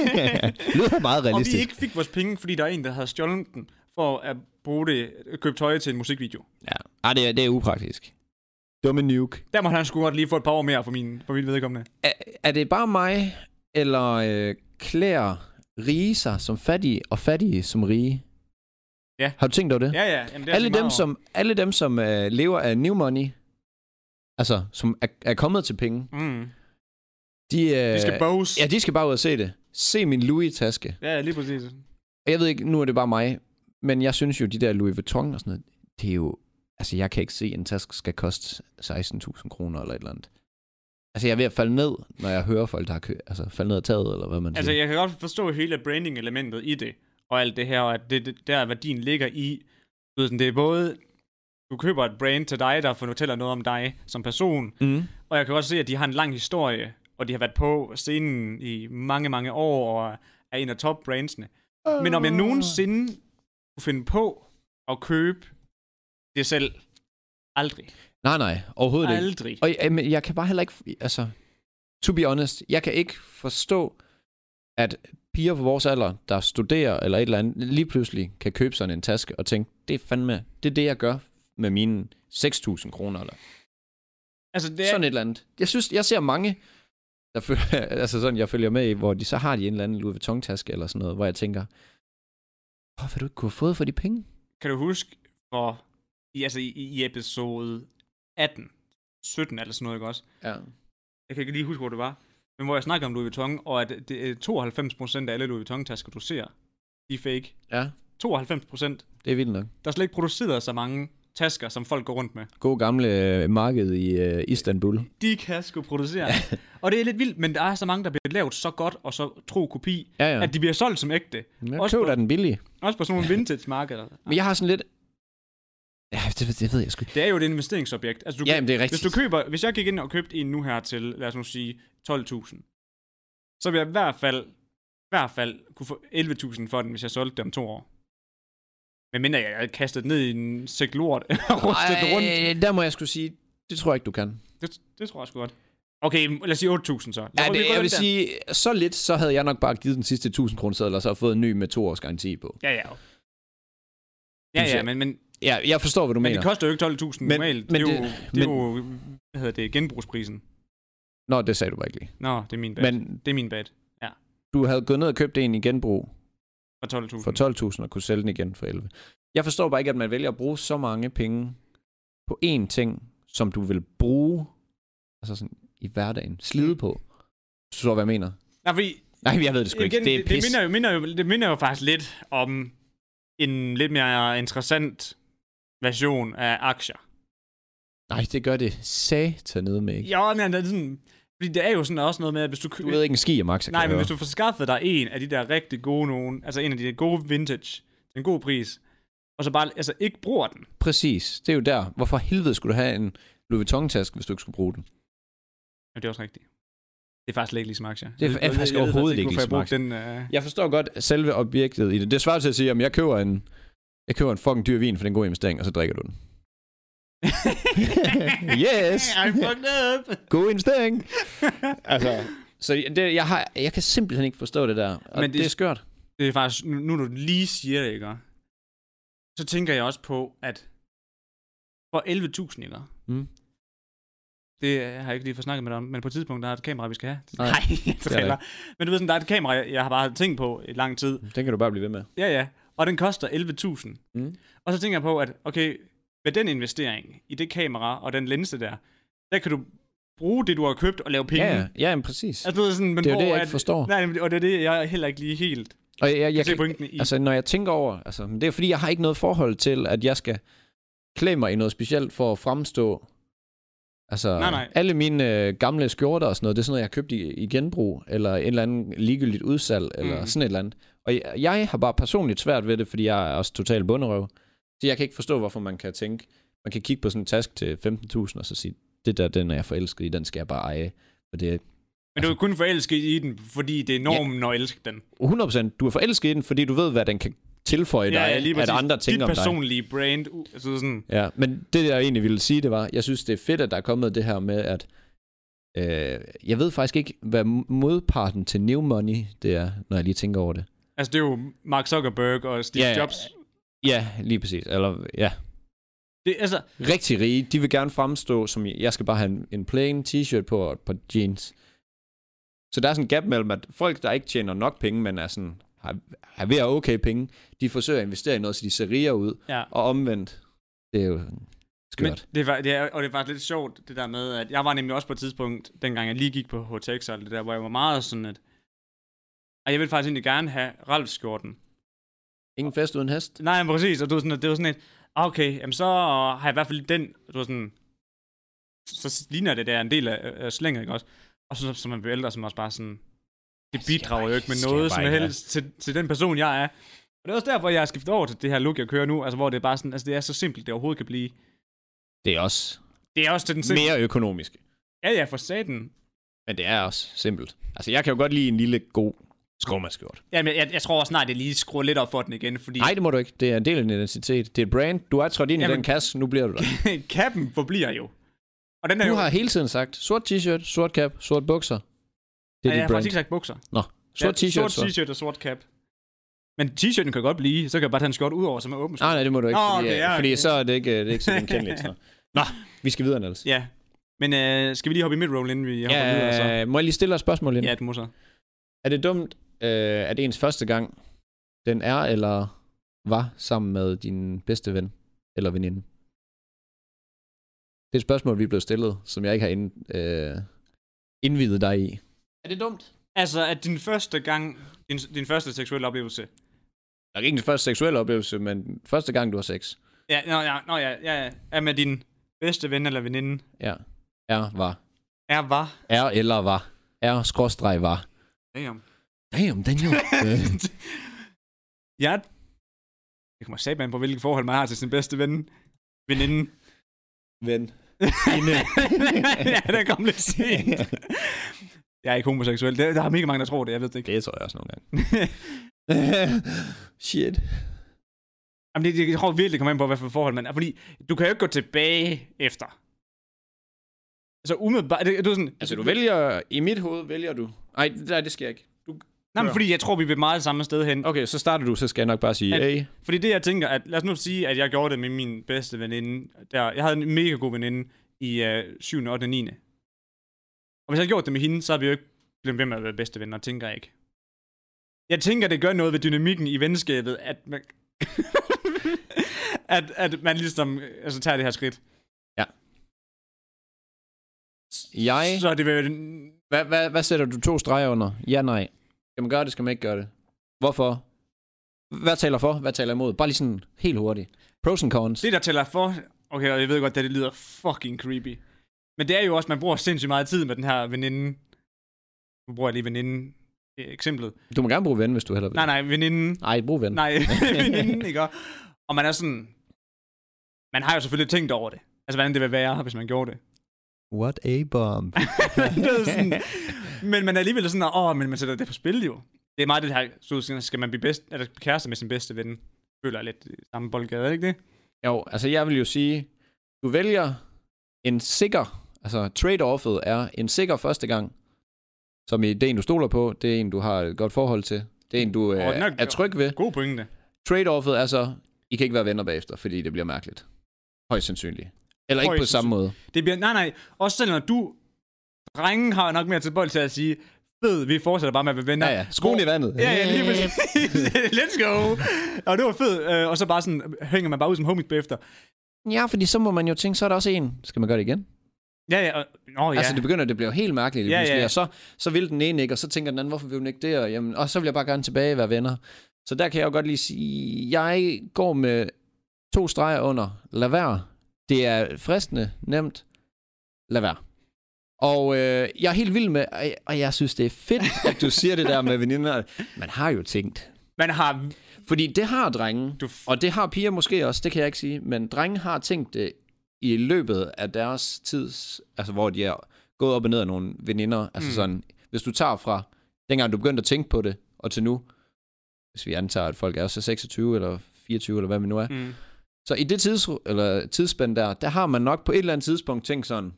Lyder meget
Og vi
realistisk.
ikke fik vores penge, fordi der er en, der havde stjålet den, for at bruge det, købe tøj til en musikvideo.
Ja. Ej, det er, det er upraktisk. Dumme nuke.
Der må han sgu godt lige få et par år mere for min, for min vedkommende.
Er, er det bare mig, eller øh, klæder rige sig som fattige, og fattige som rige?
Ja.
Har du tænkt over det?
Ja, ja. Jamen, det er
alle,
altså meget
dem,
over.
som, alle dem, som øh, lever af new money, altså som er, er kommet til penge,
Mm.
de, øh,
De skal bows.
ja, de skal bare ud og se det. Se min Louis-taske.
Ja, lige præcis.
Og jeg ved ikke, nu er det bare mig, men jeg synes jo, de der Louis Vuitton og sådan noget, det er jo... Altså, jeg kan ikke se, at en taske skal koste 16.000 kroner eller et eller andet. Altså, jeg er ved at falde ned, når jeg hører folk, der har kø... Altså, falde ned af taget, eller hvad man
Altså,
siger.
jeg kan godt forstå hele branding-elementet i det, og alt det her, og at det, det der værdien ligger i, du ved sådan, det er både, du køber et brand til dig, der fortæller noget om dig som person,
Mm.
Og jeg kan også se, at de har en lang historie, og de har været på scenen i mange, mange år, og er en af top-brandsene. Men om jeg
Ah.
nogensinde kunne finde på at købe det selv, aldrig.
Nej, nej, overhovedet ikke.
Aldrig.
Og jeg, men jeg kan bare heller ikke... Altså, to be honest, jeg kan ikke forstå, at piger på vores alder, der studerer eller et eller andet, lige pludselig kan købe sådan en taske og tænke, det er fandme, det er det, jeg gør med mine 6.000 kroner eller
Altså, det
ja.
er,
sådan et eller andet. Jeg synes, jeg ser mange, der følger, altså sådan, jeg følger med i, hvor de så har de en eller anden Louis Vuitton-taske eller sådan noget, hvor jeg tænker, hvorfor har du ikke kunne have fået for de penge?
kan du huske, hvor i, altså, i, i episode 18, 17 eller sådan noget, ikke også?
Ja.
Jeg kan ikke lige huske, hvor det var. Men hvor jeg snakker om Louis Vuitton, og at det, er 92% af alle Louis Vuitton-tasker, du ser, de er fake.
Ja,
92%.
det er vildt nok.
Der er slet ikke produceret så mange tasker, som folk går rundt med.
God gamle øh, marked i øh, Istanbul.
De kan sgu producere. og det er lidt vildt, men der er så mange, der bliver lavet så godt og så tro kopi,
Ja, ja.
at de bliver solgt som ægte.
Jeg
også
køb
på-
da den billige.
Også på sådan nogle vintage-markeder.
Men jeg har sådan lidt... Ja, det, det ved jeg sgu ikke.
Det er jo et investeringsobjekt. Altså, du,
Ja, men det er rigtigt.
hvis, du køber, hvis jeg gik ind og købte en nu her til, lad os nu sige, 12.000, så vil jeg i hvert fald, i hvert fald kunne få 11.000 for den, hvis jeg solgte den om to år. Men mindre jeg havde kastet den ned i en sæk lort og rustet den rundt.
Ej, der må jeg skulle sige, det tror jeg ikke, du kan.
Det, det tror jeg sgu godt. Okay, lad os sige 8.000 så.
Ja,
Lad os
det,
lige gå
jeg
ind
vil
der.
sige, så lidt, så havde jeg nok bare givet den sidste 1000 kroner seddel, og så fået en ny med to års garanti på.
Ja, ja. Ja,
Synes
ja,
jeg-
men, men,
Ja, jeg forstår, hvad du
men
mener.
det koster jo ikke 12.000
Men-
normalt.
men
det,
det-
er jo, det er jo, hvad hedder det, genbrugsprisen.
Nå, det sagde du bare ikke lige.
Nå, det er min bad. Men,
Men
det er min bad.
du havde gået ned og købt en i genbrug
For 12.000.
for 12.000 og kunne sælge den igen for 11. Jeg forstår bare ikke, at man vælger at bruge så mange penge på én ting, som du vil bruge altså sådan, i hverdagen.
Mm.
Slide på. Så du, hvad jeg mener?
Nej, fordi
Nej, jeg ved det sgu ikke.
Igen,
Det er pis.
det, minder jo, minder jo, det minder jo faktisk lidt om en lidt mere interessant version af aktier.
Nej, det gør det satanede med ikke.
Ja, men det er sådan, fordi det er jo sådan også noget med, at hvis du... kø-
Du ved ikke en ski om aktier,
nej,
kan
men
jeg
hvis du får skaffet dig en af de der rigtig gode nogen, altså en af de der gode vintage, til en god pris, og så bare altså, ikke bruger den.
høre. Præcis. Det er jo der. Hvorfor helvede skulle du have en Louis Vuitton-taske, hvis du ikke skulle bruge den?
Ja, det er også rigtigt. Det er faktisk slet ikke ligesom aktier.
Det er
Jeg- jeg-
faktisk
jeg ved
overhovedet ikke
hvorfor jeg
ligesom
brugte Den, uh...
Jeg forstår godt selve objektet i det. Det svarer til at sige, at jeg køber en, jeg køber en fucking dyr vin for den gode investering, og så drikker du den. Yes.
øh. I fucked up!
God investering! altså, så det, jeg, har, jeg kan simpelthen ikke forstå det der. Og
Men
Men
det-
det, det er skørt.
det er faktisk, nu nu du lige siger det, ikke? Så tænker jeg også på, at for 11.000, ikke?
Mm.
Det øh, har jeg ikke lige fået snakket med dig om, men på et tidspunkt, der er et kamera, vi skal have.
Nej,
jeg
er der
triller. Men du ved sådan, der er et kamera, jeg jeg har bare tænkt på i lang tid.
Den kan du bare blive ved med.
Ja, ja. Og den koster 11.000.
Mm.
Og så tænker jeg på, at okay, med den investering i det kamera og den linse der, der kan du bruge det, du har købt og lave penge.
Ja, ja, ja, men præcis.
Altså, du ved sådan, men
Det er jo
hvor
det, jeg ikke forstår.
Nej, men- og det er det, jeg heller ikke lige helt
Og jeg, jeg,
jeg
jeg,
se
kan-
pointen i.
Altså, når jeg tænker over, altså, men det er fordi, jeg har ikke noget forhold til, at jeg skal klæde mig i noget specielt for at fremstå. Altså,
Nej, nej.
alle mine øh, gamle skjorter og sådan noget, det er sådan noget, jeg har købt i, i genbrug, eller et eller andet ligegyldigt udsalg, eller
Mm.
sådan et eller andet. Og jeg, jeg har bare personligt svært ved det, fordi jeg er også totalt bunderøv. Så jeg kan ikke forstå, hvorfor man kan tænke, man kan kigge på sådan en task til 15.000, og så sige, det der, den er jeg forelsket i, den skal jeg bare eje. For det er
Men
Altså-
du er kun forelsket i den, fordi det er normen at elske den.
100%, du er forelsket i den, fordi du ved, hvad den kan tilføje dig, at andre
Dit
tænker om dig.
personlige brand, u- altså sådan,
Ja, men det jeg egentlig ville sige, det var, jeg synes det er fedt, at der er kommet det her med, at øh, jeg ved faktisk ikke, hvad modparten til New Money det er, når jeg lige tænker over det.
altså det er jo Mark Zuckerberg og Steve
Ja, ja.
Jobs.
Ja, lige præcis. Eller, ja.
Det, altså,
Rigtig rige, de vil gerne fremstå som, jeg skal bare have en, en plain t-shirt på og et par jeans. Så der er sådan en gap mellem, at folk, der ikke tjener nok penge, men er sådan, har, har ved at have okay penge, de forsøger at investere i noget, så de ser rigere ud,
ja.
og omvendt. Det er jo skørt.
Men det var, det er, og det var lidt sjovt, det der med, at jeg var nemlig også på et tidspunkt, dengang jeg lige gik på HTX og alt det der, hvor jeg var meget sådan, at og jeg ville faktisk egentlig gerne have Ralf-skjorten.
Ingen fest uden hest.
Nej, men præcis, og du var sådan, at det var sådan et, "Ah, okay, jamen så har jeg i hvert fald den, du var sådan, så ligner det der en del af, af slænget, ikke også? Og så, så man bliver ældre, som også bare sådan, det
skal jeg
bidrager
bare
jo ikke
ikke-
med
skal
noget
jeg
som
bare ikke
helst til, til den person, jeg er. Og det er også derfor, jeg har skiftet over til det her look, jeg kører nu, altså hvor det er bare sådan, altså det er så simpelt, det overhovedet kan blive.
Det er også
Det er også til den simple.
mere økonomisk.
Ja, ja, for satan.
Men det er også simpelt. Altså, jeg kan jo godt lide en lille god skrummerskjort.
Jamen, jeg, jeg tror også snart, jeg lige skruer lidt op for den igen, fordi
Nej, det må du ikke. Det er en del af din identitet. Det er et brand. Du er trådt ind
Jamen-
i den kasse. Nu bliver du der.
kappen forbliver jo. Og den er
Du
jo,
har hele tiden sagt sort t-shirt, sort cap, sort bukser. Det er dit
jeg har
brand.
faktisk ikke sagt bukser.
Nå, Sort
ja,
t-shirt,
sort
så.
t-shirt og sort cap. Men t-shirten kan godt blive, så kan jeg bare tage en skjort ud over, som er åben.
Ah, Nej, nej, det må du ikke,
Nå,
fordi,
okay,
okay,
ja,
ja,
okay.
fordi så er det ikke, øh, det er ikke så genkendeligt. Så.
Nå.
Vi skal videre, Niels.
Ja. Men øh, skal vi lige hoppe i midroll, inden vi hopper videre? Så?
Ja, øh, må jeg lige stille dig et spørgsmål ind?
Ja, du må så.
Er det dumt, øh, at ens første gang, den er eller var sammen med din bedste ven eller veninde? Det er et spørgsmål, vi er blevet stillet, som jeg ikke har ind, øh, indvidet dig i. Er det dumt?
Altså, at din første gang, din, din første seksuelle oplevelse.
Nok ikke den første seksuelle oplevelse, men første gang, du har sex.
Ja, nå, ja, nå, ja, ja, ja, er med din bedste ven eller veninde.
Ja. Er, var.
Er var.
Er eller var. Er, skråstreg, var.
Damn.
Damn, Daniel. Øh,
jeg... Jeg kommer satan på, hvilke forhold man har til sin bedste ven. Veninde.
Ven.
ja, det kom lidt sent. Jeg er ikke homoseksuel. Der, der er mega mange, der tror det. Jeg ved det ikke.
Det tror jeg også nogle gange. Shit.
Jamen, det, det- jeg tror virkelig, det kommer ind på, hvad for forhold man er. Fordi du kan jo ikke gå tilbage efter. Altså umiddelbart, det, du er sådan...
Altså, du vælger, i mit hoved vælger du... Nej, nej det sker ikke. Du...
Nej, men fordi jeg tror, vi er ved meget samme sted hen.
Okay, så starter du, så skal jeg nok bare sige
At-
A.
Fordi det, jeg tænker, at lad os nu sige, at jeg gjorde det med min bedste veninde. Der, jeg havde en mega god veninde i øh, 7. 8. 9. Og hvis jeg havde gjort det med hende, så havde vi jo ikke blevet ved med at være bedste venner, tænker jeg ikke. Jeg tænker, det gør noget ved dynamikken i venskabet, at man, at, at man ligesom øh, altså, tager det her skridt.
Jeg...
Så det vil...
Hvad, hvad, hvad sætter du to streger under? Ja, nej. Skal man gøre det, skal man ikke gøre det? Hvorfor? Hvad taler for, hvad taler imod? Bare lige sådan helt hurtigt. Pros and cons.
Det, der tæller for... Okay, og jeg ved godt, det, det lyder fucking creepy. Men det er jo også, man bruger sindssygt meget tid med den her veninde. Nu bruger jeg lige veninde øh, eksemplet.
Du må gerne bruge ven, hvis du heller vil.
Nej, nej, veninden.
nej brug ven.
Nej, veninden, ikke? Og man er sådan... Man har jo selvfølgelig tænkt over det. Altså, hvordan det vil være, hvis man gjorde det.
What a bomb.
det er sådan, men man er alligevel sådan, åh, men man sætter det på spil jo. Det er meget det her, så skal man blive bedst, eller kærester med sin bedste ven. Føler jeg lidt i samme boldgade, er det ikke det?
Jo, altså jeg vil jo sige, du vælger en sikker, altså trade-offet er en sikker første gang, som i det er en, du stoler på, det er en, du har et godt forhold til, det er en, du øh,
den er-
er tryg ved.
God pointe.
Trade-offet er så, I kan ikke være venner bagefter, fordi det bliver mærkeligt. Højst sandsynligt. Eller ikke
Højst
på samme måde.
Det bliver, nej, nej, også selv når du, drengen har nok mere til bold til at sige, fed, vi fortsætter bare med at være venner.
Ja, ja. Skruen i vandet.
Ja, ja, lige præcis. Let's go. Og det var fedt. Øh, Og så bare sådan, hænger man bare ud som homies bagefter.
Ja, fordi så må man jo tænke, så er der også en. Skal man gøre det igen?
Ja, ja. og- Nå, ja.
Altså, det begynder, det bliver jo helt mærkeligt.
Ja,
Ja,
ja.
ja. Og så, så vil den ene ikke, og så tænker den anden, hvorfor vil hun ikke det? Og, jamen, og så vil jeg bare gerne tilbage og være venner. Så der kan jeg jo godt lige sige, jeg går med to streger under. Lad være. Det er fristende, nemt. Lad være. Og øh, jeg er helt vild med, og- og jeg synes, det er fedt, at du siger det der med veninder. Man har jo tænkt.
Man har...
Fordi det har drenge.
Du f-
Og det har piger måske også, det kan jeg ikke sige, men drenge har tænkt det i løbet af deres tid, altså hvor de er gået op og ned af nogle veninder, altså
Mm.
mm. sådan, hvis du tager fra dengang du begyndte at tænke på det, og til nu, hvis vi antager, at folk er så 26 eller 24 eller hvad man nu er, mm.
mm.
så i det tids, eller tidsspænd der, der har man nok på et eller andet tidspunkt tænkt sådan,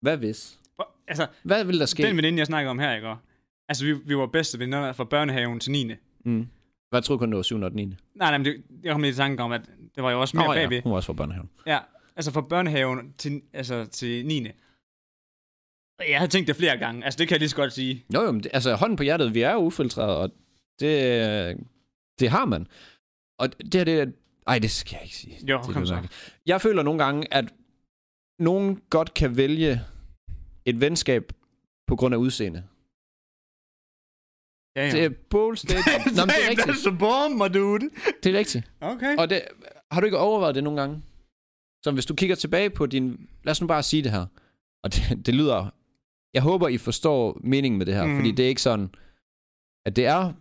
hvad hvis?
Hvor- Altså,
Hvad vil der ske?
den veninde, jeg snakker om her, ikke? også? Altså, vi, vi var bedste venner fra børnehaven til 9. Nej,
Mm. Hvad tror du kun, det var 7. og 9.
nej, men det, jeg kom lige i tanke om, at det var jo også
Nå
mere oh, bagved.
ja, hun var også fra børnehaven.
Ja, altså fra børnehaven til, altså, til 9. Jeg havde tænkt det flere gange. Altså, det kan jeg lige så godt sige.
Jo, jo, men det, altså hånden på hjertet, vi er jo ufiltreret, og det, øh, det har man. Og det her, det er... Ej, det skal jeg ikke sige.
Jo,
det er
kom så.
mærkeligt. Jeg føler nogle gange, at nogen godt kan vælge et venskab på grund af udseende.
Ja,
Ja. Det er bold statement. Nå, men det er
Damn,
rigtigt.
that's a bomber, dude.
Det er rigtigt.
Okay.
Og det, har du ikke overvejet det nogle gange? Så hvis du kigger tilbage på din... Lad os nu bare sige det her. Og det, det lyder... Jeg håber, I forstår meningen med det her,
Mhm.
mm. fordi det er ikke sådan, at det er,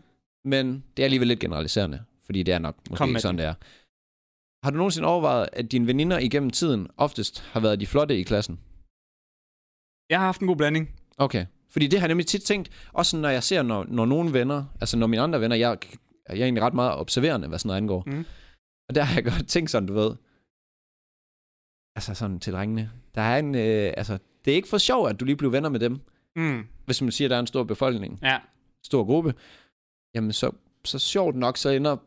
men det er alligevel lidt generaliserende, fordi det er nok måske
Kom med
ikke sådan, det er. Har du nogensinde overvejet, at dine veninder igennem tiden oftest har været de flotte i klassen?
Jeg har haft en god blanding.
Okay. Fordi det har jeg nemlig tit tænkt, også sådan, når jeg ser, når, når nogle venner, altså når mine andre venner, jeg, jeg er egentlig ret meget observerende, hvad sådan noget angår.
Mm.
Og der har jeg godt tænkt sådan, du ved, altså sådan til drengene, der er en, øh, altså, det er ikke for sjov, at du lige bliver venner med dem,
Mm.
hvis man siger, at der er en stor befolkning.
Ja.
stor gruppe, jamen så, så sjovt nok, så ender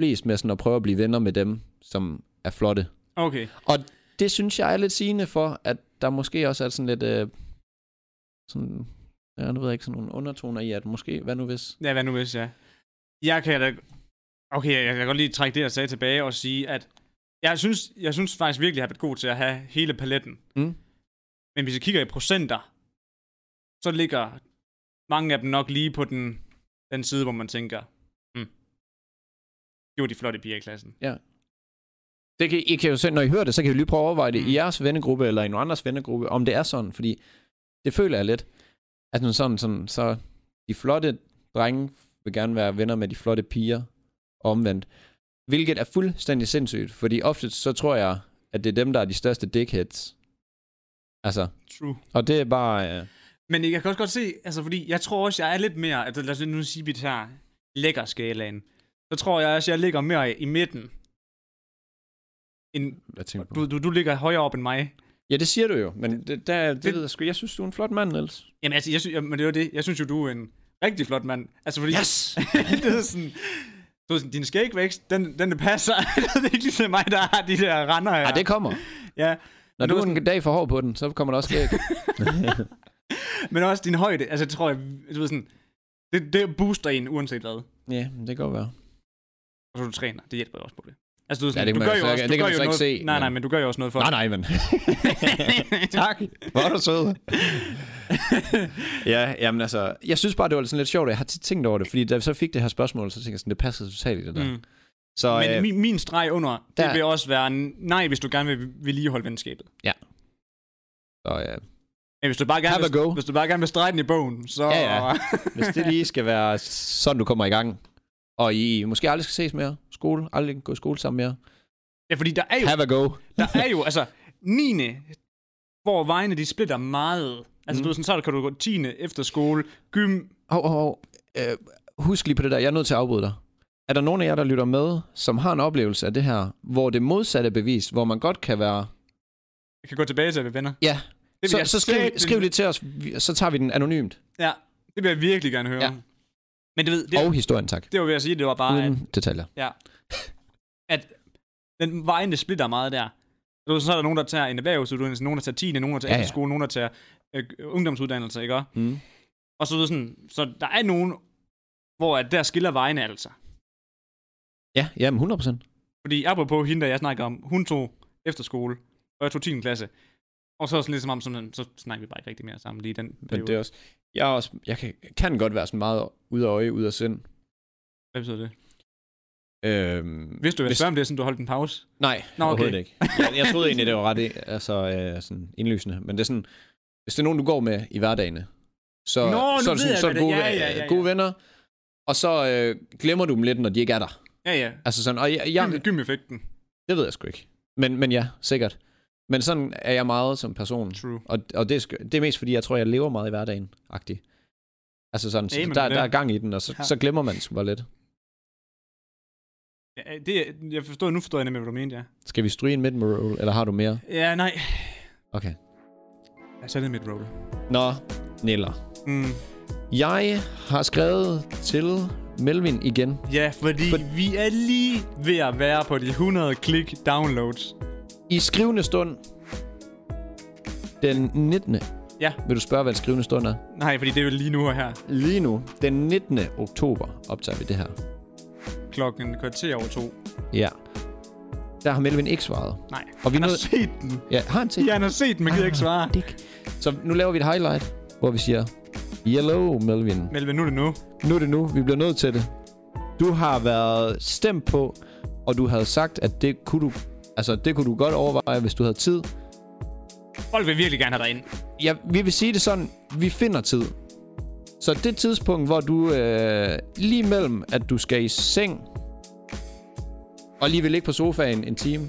flest med sådan at prøve at blive venner med dem, som er flotte.
Okay.
Og det synes jeg er lidt sigende for, at der måske også er sådan lidt, øh, sådan, ja, nu ved jeg ikke, sådan nogle undertoner i, at måske, hvad nu hvis?
Ja, hvad nu hvis, ja. Jeg kan da... Okay, jeg kan godt lige trække det, jeg sagde tilbage og sige, at jeg synes, jeg synes faktisk virkelig, at jeg har været god til at have hele paletten.
Mm.
Men hvis jeg kigger i procenter, så ligger mange af dem nok lige på den, den side, hvor man tænker, mm, det var de flotte piger i klassen.
Ja. Det kan, I kan jo selv, når I hører det, så kan I lige prøve at overveje det mm. i jeres vennegruppe, eller i nogen andres vennegruppe, om det er sådan, fordi det føler jeg lidt, at sådan, sådan, sådan så de flotte drenge vil gerne være venner med de flotte piger, og omvendt. Hvilket er fuldstændig sindssygt, fordi ofte så tror jeg, at det er dem, der er de største dickheads. Altså,
True.
og det er bare... Øh,
Men jeg kan også godt se, altså fordi jeg tror også, jeg er lidt mere, altså lad os nu sige, vi tager lækker skalaen. Så tror jeg også, jeg ligger mere i midten. End,
hvad tænker
du,
du?
du, du ligger højere op end mig.
Ja, det siger du jo, men det, der, det, det ved jeg sgu. Jeg synes, du er en flot mand, Niels.
Jamen altså, jeg synes, jamen, det er jo det. Jeg synes jo, du er en rigtig flot mand. Altså fordi,
Yes!
det er sådan, du ved, sådan, din skægvækst, den, den passer. det er ikke ligesom mig, der har de der render her.
Ja, Ah, det kommer.
ja.
Når
Men
du
det var
en dag får hår på den, så kommer der også skæg.
Men også din højde, altså det tror jeg, du ved sådan, det, det booster en uanset hvad.
ja, det kan godt være.
Og så du træner, det hjælper jo også på det. Altså du, ved
Ja,
sådan,
det kan
du
man
gør
jo
jo
så
også,
ikke-
du
det kan
gør
man
jo
så ikke
noget,
se,
Nej, nej,
men-
men du gør jo også noget for
Nej, nej, men. tak. Hvor er du sød. ja, jamen altså, jeg synes bare, det var sådan lidt sjovt, og jeg har tit tænkt over det, fordi da vi så fik det her spørgsmål, så tænkte jeg sådan, det passede totalt i det der. Mm.
Mm.
Så,
Men
øh,
min, min streg under,
der-
det vil også være en nej, hvis du gerne vil vedligeholde venskabet.
så øh,
Men hvis du bare gerne,
Have a go.
vil, hvis du bare gerne vil strege den i bogen, så...
Ja, ja. hvis det lige skal være sådan, du kommer i gang, og I måske aldrig skal ses mere, skole, aldrig gå i skole sammen mere,
ja fordi der er jo
have a go.
Der er jo, altså, 9. hvor vejene de splitter meget. Altså,
Mm.
mm. du ved, sådan, så kan du gå 10. efter skole, gym.
Hov, hov, hov. Øh, husk lige på det der, jeg er nødt til at afbryde dig. Er der nogen af jer, der lytter med, som har en oplevelse af det her, hvor det modsatte er bevist, hvor man godt kan være...
Jeg kan gå tilbage til, at vi venner.
Ja,
Det vil
så,
jeg
så skriv,
slet-
skriv lige til os, vi- så tager vi den anonymt.
Ja, det vil jeg virkelig gerne høre.
Ja.
Ja. Men du ved, det,
Det...
oh.
Og historien, tak.
det var ved at sige, det var bare, at,
Uden detaljer.
den vejene splitter meget der. Du ved, så er der nogen, der tager en erhvervsuddannelse, nogen, der tager 10. nogen, der tager
Ja, ja.
ja, efterskole, nogen, der tager øh, ungdomsuddannelse, ikke også?
Mm.
Og så, du ved, sådan, så der er nogen, hvor at der skiller vejene altså.
Ja, jamen 100%.
Fordi apropos hende, der jeg snakker om, hun tog efterskole, og jeg tog 10. klasse. Og så sådan lidt som om, sådan, så snakker vi bare ikke rigtig mere sammen lige i den
Men
periode.
det er også... Jeg, er også, jeg kan, kan godt være sådan meget ude af øje, ude af sind.
Hvad betyder det?
Øhm,
Vidste du, hvad
Hvis-
jeg om det, sådan du holdt en pause?
Nej,
Nå, okay.
overhovedet ikke. Jeg, jeg troede egentlig, det var ret altså, øh, sådan indlysende. Men det er sådan, hvis det er nogen, du går med i hverdagene, så,
Nå, nu
så er det,
ved
sådan,
jeg,
så er det
hvad
gode,
det- ja, ja, ja, ja.
gode venner, og så øh, glemmer du dem lidt, når de ikke er der.
Ja, ja.
Altså sådan, og jeg,
Jamen.
jeg,
Gym-effekten.
det ved jeg sgu ikke. Men, men ja, sikkert. Men sådan er jeg meget som person.
True.
Og, og det, er, skø- det er mest fordi, jeg tror, jeg lever meget i hverdagen, agtig. Altså sådan, så
Amen,
der,
det er
der er gang i den, og så,
Ja.
så glemmer man sgu bare lidt.
Ja, det, jeg forstår, nu forstår jeg nemlig, hvad du mente, ja.
Skal vi stryge en midroll, eller har du mere?
Ja, nej.
Okay.
Altså, Jeg satte mit roll.
Nå, Niller.
Mm.
Jeg har skrevet til Melvin igen.
Ja, fordi
For-
For... vi er lige ved at være på de 100 klik downloads.
I skrivende stund den 19.
Ja.
Vil du spørge, hvad en skrivende stund er?
Nej, fordi det er jo lige nu og her.
Lige nu, den 19. oktober, optager vi det her.
Klokken kvarter over to.
Ja. Der har Melvin ikke svaret.
Nej.
Og vi
Han har
nåede-
set den.
Ja, har han til?
Ja, han har set den, men gider
Ah.
ikke svare.
Dick. Så nu laver vi et highlight, hvor vi siger, Hello, Melvin.
Melvin, nu er det nu.
Nu er det nu. Vi bliver nødt til det. Du har været stemt på, og du havde sagt, at det kunne du, altså, det kunne du godt overveje, hvis du havde tid.
Folk vil virkelig gerne have dig ind.
Ja, vi vil sige det sådan, vi finder tid. Så det tidspunkt, hvor du øh, lige mellem, at du skal i seng, og lige vil ligge på sofaen en time,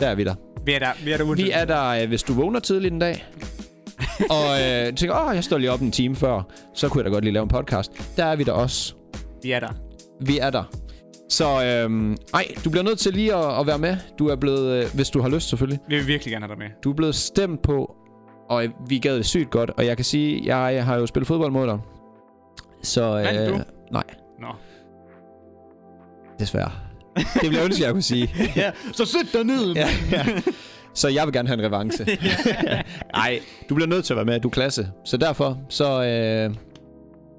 der er vi der.
Vi er der, vi er der
Vi er der, øh, hvis du vågner tidligt en dag, og øh, tænker, åh, jeg står lige op en time før, så kunne jeg da godt lige lave en podcast. Der er vi der også.
vi er der.
Vi er der. Så øhm, ej, du bliver nødt til lige at, at være med. Du er blevet, øh, hvis du har lyst selvfølgelig,
Vi vil virkelig gerne have dig med.
du er blevet stemt på, og vi gad det sygt godt. Og jeg kan sige, jeg, jeg har jo spillet fodbold mod dig. Så, øh,
Vandt du?
Nej,
Nå.
desværre. Det ville jeg ønske, jeg kunne sige.
ja, så sæt dig ned.
ja, ja. Så jeg vil gerne have en revanche. Nej, du bliver nødt til at være med, du er klasse. Så derfor, så øh,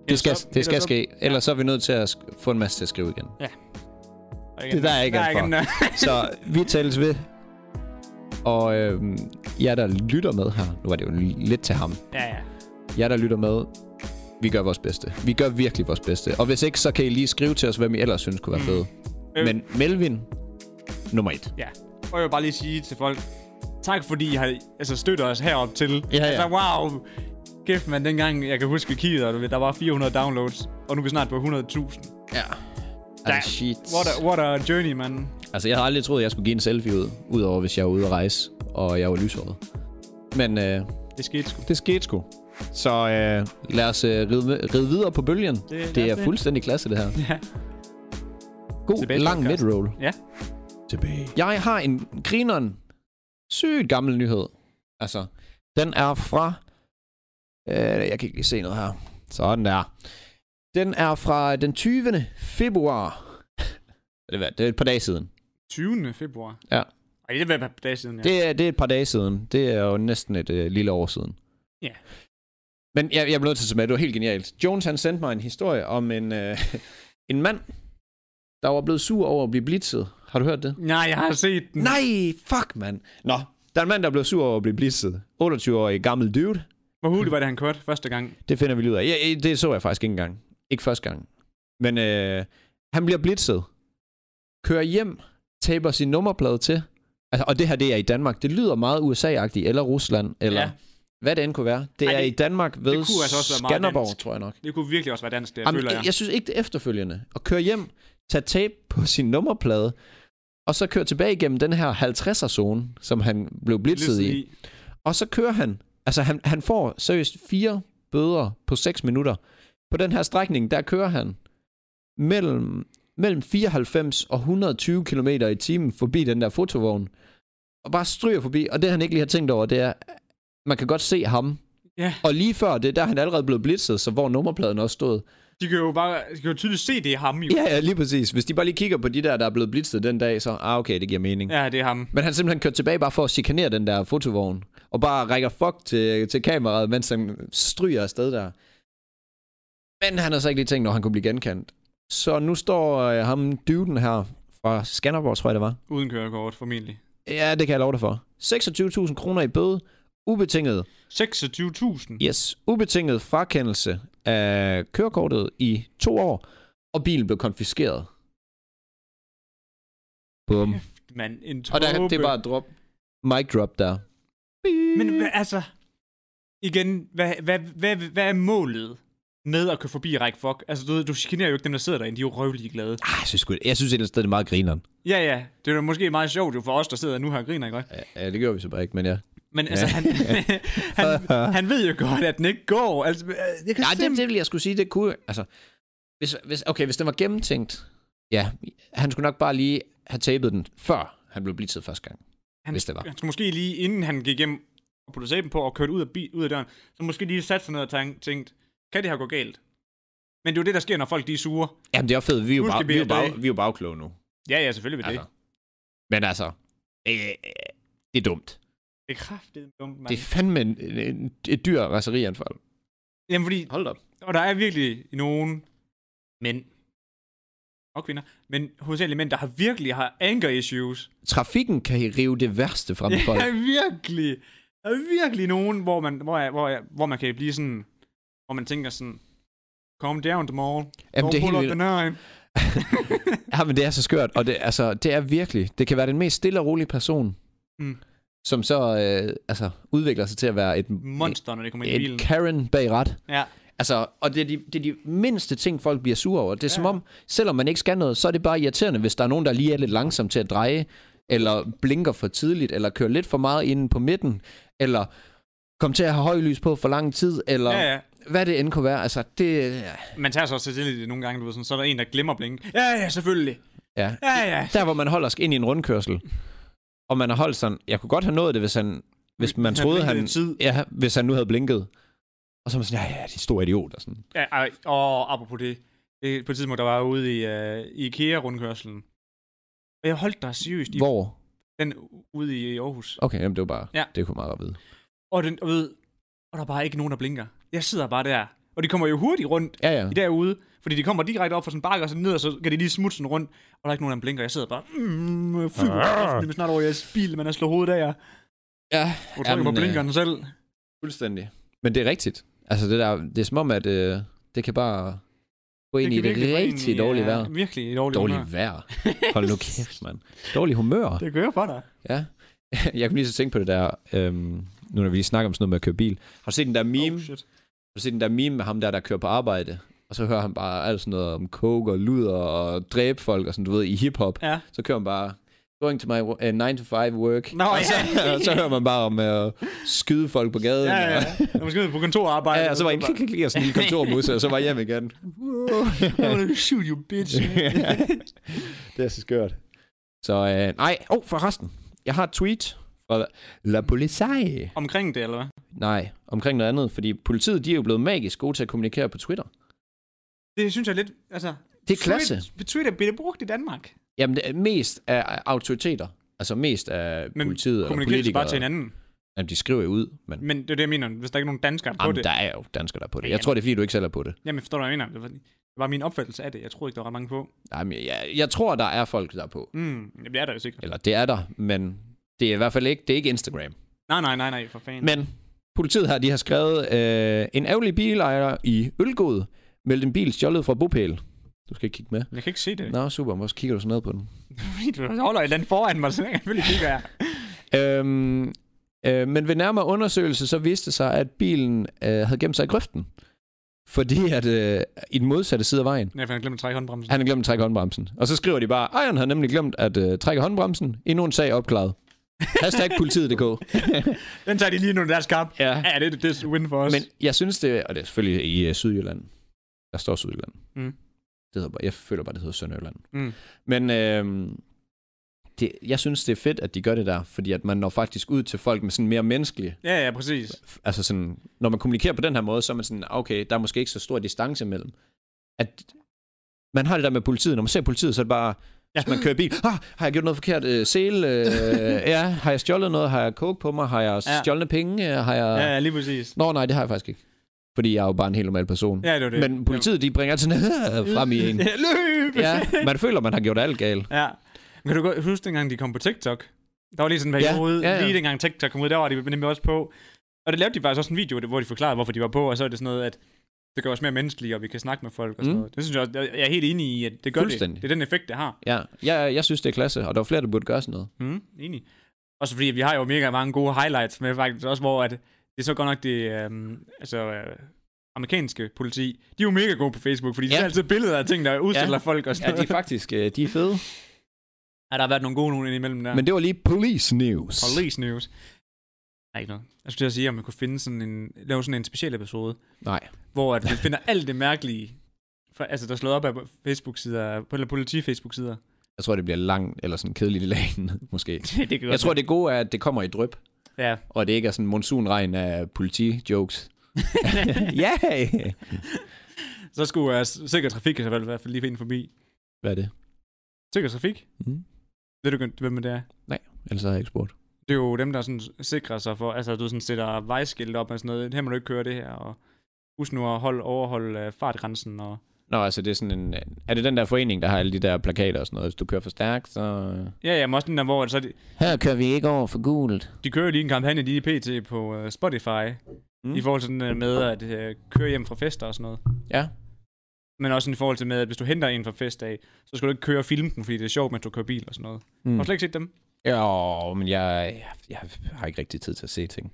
det skal, det skal ske. Ellers så er vi nødt til at sk- få en masse til at skrive igen. Det der er ikke alt for. Så vi tales ved. Og øh, jer, der lytter med her, nu var det jo lidt til ham.
Ja, ja.
Jer, der lytter med, vi gør vores bedste. Vi gør virkelig vores bedste. Og hvis ikke, så kan I lige skrive til os, hvem I ellers synes kunne være fede.
Øh.
Men Melvin, nummer et.
Ja. Og jeg vil bare lige sige til folk, tak fordi I har altså, støtter os herop til.
ja.
Altså, wow. Kæft, man, dengang jeg kan huske, vi kiggede, og du ved, der var 400 downloads, og nu er vi snart på 100.000.
Ja.
Damn.
Altså, shit.
What a, what a journey, man.
Altså, jeg havde aldrig troet, jeg skulle give en selfie ud, udover hvis jeg var ude at rejse, og jeg var lyshåret. Men øh,
Det skete sgu.
det skete sgu. Så øh, lad os øh, ride, med- ride videre på bølgen.
lad
Det,
os
det er altså-
det.
fuldstændig klasse, det her.
Ja.
God,
Tilbage til
lang
podcast.
midroll.
Ja.
Tilbage.
Jeg har en grineren sygt gammel nyhed. Altså, den er fra... Øh, jeg kan ikke lige se noget her. Sådan der. Den er fra den 20. februar. Det er, det er et par dage siden.
20. februar.
Ja.
Ej, det var bare på dag siden, ja.
Det er, det er et par dage siden. Det er jo næsten et øh, lille år siden.
Ja.
Men jeg, jeg blev nødt til at tage med, det var helt genialt. Jones han sendte mig en historie om en, øh, en mand, der var blevet sur over at blive blitzet. Har du hørt det?
Nej, jeg har set den.
Nej, fuck mand. Nå, der er en mand, der blev sur over at blive blitzet. 28-årig gammel dude.
Hvor hurtigt var det, han kørte første gang?
Det finder vi lige ud af. Ja, det så jeg faktisk ikke engang. Ikke første gang. Men øh, han bliver blitzet. Kører hjem. Taber sin nummerplade til. Altså, og det her, det er i Danmark. Det lyder meget USA-agtigt, eller Rusland, eller
Ja.
ja. hvad det end kunne være. Det
Ej,
Ej, er
det-
i Danmark ved
kunne altså også være meget
Skanderborg,
dansk.
tror jeg nok.
Det kunne virkelig også være dansk, det jeg
Jamen,
føler jeg.
jeg synes ikke, det er efterfølgende. At køre hjem, tage tape på sin nummerplade, og så køre tilbage igennem den her 50'er-zone, som han blev blitzet i. Og så kører han. Altså, han, han får seriøst fire bøder på 6 minutter. På den her strækning, der kører han mellem, mellem 94 og 120 km i timen forbi den der fotovogn. Og bare stryger forbi. Og det, han ikke lige har tænkt over, det er, man kan godt se ham.
Ja.
Og lige før det, der er han allerede blevet blitzet, så hvor nummerpladen også stod.
De kan jo bare de kan jo tydeligt se, det er ham jo.
Ja, ja, lige præcis. Hvis de bare lige kigger på de der, der er blevet blitzet den dag, så, ah, okay, det giver mening.
Ja, det er ham.
Men han er simpelthen kørt tilbage bare for at chikanere den der fotovogn. Og bare rækker fuck til, til kameraet, mens han stryger afsted der. Men han havde så ikke lige tænkt, når han kunne blive genkendt. Så nu står øh, ham dyvden her fra Skanderborg, tror jeg det var.
Uden kørekort, formentlig.
Ja, det kan jeg love dig for. 26.000 kroner i bøde. Ubetinget,
26.000.
yes, ubetinget frakendelse af kørekortet i to år. Og bilen blev konfiskeret. Bum.
Mand, en tåbe.
Og der, det er bare drop. Mic drop der.
Men hva- altså... Igen, hvad, hvad, hvad, hvad er målet med at køre forbi Ræk Fuck? Altså, du, ved, du chikanerer jo ikke dem, der sidder derinde. De er jo røvlige glade.
Ah, jeg synes, sgu- jeg synes et eller andet sted, det er meget grineren.
Ja, ja. Det er jo måske meget sjovt jo for os, der sidder nu her og griner, ikke godt?
Ja, det gør vi så bare ikke, men ja.
Men altså, han, han, han ved jo godt, at den ikke går. Altså, øh, jeg kan
Ja, det,
simpelthen...
det ville jeg skulle sige, det kunne... Altså, hvis, hvis, okay, hvis den var gennemtænkt, ja, han skulle nok bare lige have tapet den, før han blev blitzet første gang.
han,
hvis det var.
Han skulle måske lige, inden han gik hjem og puttede sæben på og kørte ud af, bi, ud af døren, så måske lige sat sig ned og tænkt, tænkt, kan det her gå galt? Men det er jo det, der sker, når folk de er sure.
Jamen, det er jo fedt. Vi er jo,
Nu skal
bag, vi
vi
er jo,
i
bag,
dag.
vi er jo bagkloge nu.
Ja, ja, selvfølgelig vil det.
Altså.
Altså.
Men altså, øh, det er dumt.
Det er kraftigt dumt, mand.
Det er fandme en, en, et dyr raserianfald.
Jamen, fordi
Hold op.
Og der er virkelig nogen mænd og kvinder, men hovedsageligt mænd, der har virkelig har anger issues.
Trafikken kan rive det værste frem i folk.
Ja, virkelig. Der er virkelig nogen, hvor man, hvor, jeg, hvor, jeg, hvor man kan blive sådan, hvor man tænker sådan, calm down tomorrow.
Jamen, det er helt vildt.
vildt.
Ja, men det er så skørt, og det, altså, det er virkelig, det kan være den mest stille og rolige person,
Mm.
mm. som så øh, altså, udvikler sig til at være et,
Monster, når det kommer ind i
et, et
bilen.
Karen bag ret.
Ja,
Altså, og det er, de, det er de mindste ting, folk bliver sure over. Det er ja. som om, selvom man ikke skal noget, så er det bare irriterende, hvis der er nogen, der lige er lidt langsom til at dreje, eller blinker for tidligt, eller kører lidt for meget inde på midten, eller kommer til at have højlys på for lang tid, eller
ja, ja.
hvad det end kunne være. Altså, det...
Man tager sig også til det nogle gange, du ved, sådan, så er der en, der glemmer at blinke. Ja, ja, selvfølgelig.
Ja,
Ja, ja.
der hvor man holder sig ind i en rundkørsel, og man har holdt sådan, jeg kunne godt have nået det, hvis han, hvis man
Han
troede,
blinkede
han,
i tid.
ja, hvis han nu havde blinket. Og så er man sådan, ja, ja, de store idioter. Sådan.
Ja, ej, og apropos det. det på et tidspunkt, der var jeg ude i, uh, i IKEA-rundkørselen. Og jeg holdt dig seriøst i
Hvor?
den ude i Aarhus.
Okay, jamen, det var bare,
Ja.
ja. det kunne jeg meget godt vide.
Og, den, og, ved, og der er bare ikke nogen, der blinker. Jeg sidder bare der. Og de kommer jo hurtigt rundt
Ja, ja.
i derude, fordi de kommer direkte op fra sådan en bakke og så ned, og så kan de lige smutte sådan rundt, og der er ikke nogen, der blinker. Jeg sidder bare, mm, fy, det er snart over i jeres bil, man har slået hovedet af jer.
Ah. Ja,
Hvor trykker på
Jamen, øh,
blinkeren selv.
fuldstændig. Men det er rigtigt. Altså, det, der, det er som om, at øh, det kan bare gå ind det i det
virkelig gå ind
rigtig
i,
dårlige
ja,
vejr.
Virkelig i dårligt
Dårligt
humør.
vejr. Hold nu kæft, mand. Dårlig humør.
Det kører for dig.
Ja. Jeg kunne lige så tænke på det der, øhm, nu når vi lige snakker om sådan noget med at køre bil. Har du set den der meme?
Oh, shit.
Har du set den der meme med ham der, der kører på arbejde? Og så hører han bare alt sådan noget om coke og luder og dræbe folk og sådan, du ved, i hiphop.
Ja.
Så kører han bare, going to my wo- uh, 9 to 5 work.
Nå,
og så,
ja.
og så hører man bare om at skyde folk på gaden.
Ja, ja,
og-
ja. Jeg måske ude på kontorarbejde.
ja, og så var jeg klik, klik, klik, og sådan en kontormusse, og så var jeg hjem igen.
I'm gonna shoot you, bitch.
det er så skørt. Så øh, nej, åh, oh, forresten. Jeg har et tweet fra La Police.
Omkring det, eller hvad?
Nej, omkring noget andet, fordi politiet, de er jo blevet magisk gode til at kommunikere på Twitter.
Det synes jeg er lidt, altså...
Det er klasse.
Tweet, tweet er blevet brugt i Danmark.
Jamen, det er mest af autoriteter. Altså mest af
Men
politiet eller
Kommunikerer de
politikere.
bare til hinanden.
Jamen, de skriver jo ud, men
Men det er det, jeg mener, hvis der ikke er nogen danskere på
jamen,
det.
der er jo danskere, der er på det.
Jamen.
Jeg tror, det er, fordi du ikke selv er på det.
Jamen, forstår du, hvad jeg mener? Det var, det var min opfattelse af det. Jeg tror ikke, der var ret mange på.
Jamen, jeg, jeg tror, der er folk, der er på.
Mm, jamen, det er der jo sikkert.
Eller det er der, men det er i hvert fald ikke, det er ikke Instagram.
Nej, nej, nej, nej, for fanden.
Men politiet her, de har skrevet, øh, en ærgerlig bilejer i Ølgod meldte en bil stjålet fra bopæl. Du skal ikke kigge med.
Jeg kan ikke se det.
Nå, super. Hvorfor kigger du så ned på den?
Fordi du holder et eller andet foran mig, så selvfølgelig kigger jeg.
Øhm, øh, men ved nærmere undersøgelse, så viste det sig, at bilen øh, havde gemt sig i grøften. Fordi at øh, i den modsatte side af vejen,
Ja, for jeg glemte at trække håndbremsen.
han havde glemt at trække håndbremsen. Og så skriver de bare, ejeren har nemlig glemt at øh, trække håndbremsen. Endnu en sag opklaret. Hashtag politiet.dk.
Den tager de lige nu, der er skarp.
ja.
Ja, det, det er win for os.
Men jeg synes det, og det er selvfølgelig i øh, Sydjylland. Der står Sydjylland.
Mm.
Det hedder, bare- jeg føler bare, det hedder Sønderjylland.
Mm.
Men øh, det, jeg synes, det er fedt, at de gør det der, fordi at man når faktisk ud til folk med sådan mere menneskelige
Ja, ja, præcis.
altså sådan, når man kommunikerer på den her måde, så er man sådan, okay, der er måske ikke så stor distance mellem. At man har det der med politiet, når man ser politiet, så er det bare, ja. hvis man kører bil, ah, har jeg gjort noget forkert, øh, sele, øh, ja, har jeg stjålet noget, har jeg coke på mig, har jeg
Ja.
stjålne penge, Øh, har jeg...
Ja,
Ja.
ja, lige præcis.
Nå nej, det har jeg faktisk ikke. Fordi jeg er jo bare en helt normal person.
Ja, det var det.
Men politiet, de bringer altid noget frem i en.
Ja, løb!
Ja, man føler, man har gjort alt galt.
ja. Men Kan du godt huske, dengang de kom på TikTok? Der var lige sådan en
Ja,
periode, ja,
ja,
ja,
ja.
lige dengang TikTok kom ud, der var de nemlig også på. Og det lavede de faktisk også en video, hvor de forklarede, hvorfor de var på, og så er det sådan noget, at det gør os mere menneskelige, og vi kan snakke med folk og sådan mm.
Mm.
noget. Det synes jeg også, jeg er helt enig i, at det gør det.
Fuldstændig.
Det er den effekt, det har.
Ja, jeg, jeg synes, det er klasse, og der var flere, der burde gøre sådan noget.
Mm, enig. Også fordi vi har jo mega mange gode highlights med faktisk, også hvor at det er så godt nok det øhm, altså, øh, amerikanske politi. De er jo mega gode på Facebook, fordi de
Ja.
ja. altid billeder af ting, der udstiller ja. folk og sådan
Ja, de er
noget.
faktisk øh, de er fede.
Ja, der har været nogle gode nogen imellem der.
Men det var lige police news.
Police news. Nej, ikke noget. Jeg skulle til at sige, om man kunne finde sådan en, lave sådan en speciel episode,
Nej.
hvor at vi finder alt det mærkelige, for, altså der er slået op af Facebook-sider, eller politi-Facebook-sider.
Jeg tror, det bliver langt eller sådan kedeligt i længden, måske.
det kan godt
Jeg tror, det gode er, at det kommer i drøb,
være. Ja.
og det ikke er sådan en monsunregn af politi-jokes. ja! Yeah.
Så skulle uh, sikker trafik i så fald i hvert fald lige finde forbi.
Hvad er det?
Sikker trafik?
Mm.
Ved du ikke, hvem det er?
Ellers har jeg ikke spurgt.
Det er jo dem, der sådan sikrer sig for, altså du sådan sætter vejskilt op og sådan noget, her må du ikke køre det her, og husk nu at holde, overholde uh, fartgrænsen, og
Nå, altså det er sådan en... Er det den der forening, der har alle de der plakater og sådan noget? Hvis du kører for stærkt, så...
ja, ja, men også den der, hvor at så de,
Her kører vi ikke over for gult.
de kører jo lige en kampagne lige pt. på uh, Spotify, mm. i forhold til den der med at øh, køre hjem fra fester og sådan noget.
Ja.
Men også i forhold til med, at hvis du henter en fra festdag, så skal du ikke køre og filme den, fordi det er sjovt, mens du kører bil og sådan noget. Mm.
Mm.
Har du slet ikke set dem?
Jo, men jeg, jeg, jeg har ikke rigtig tid til at se ting.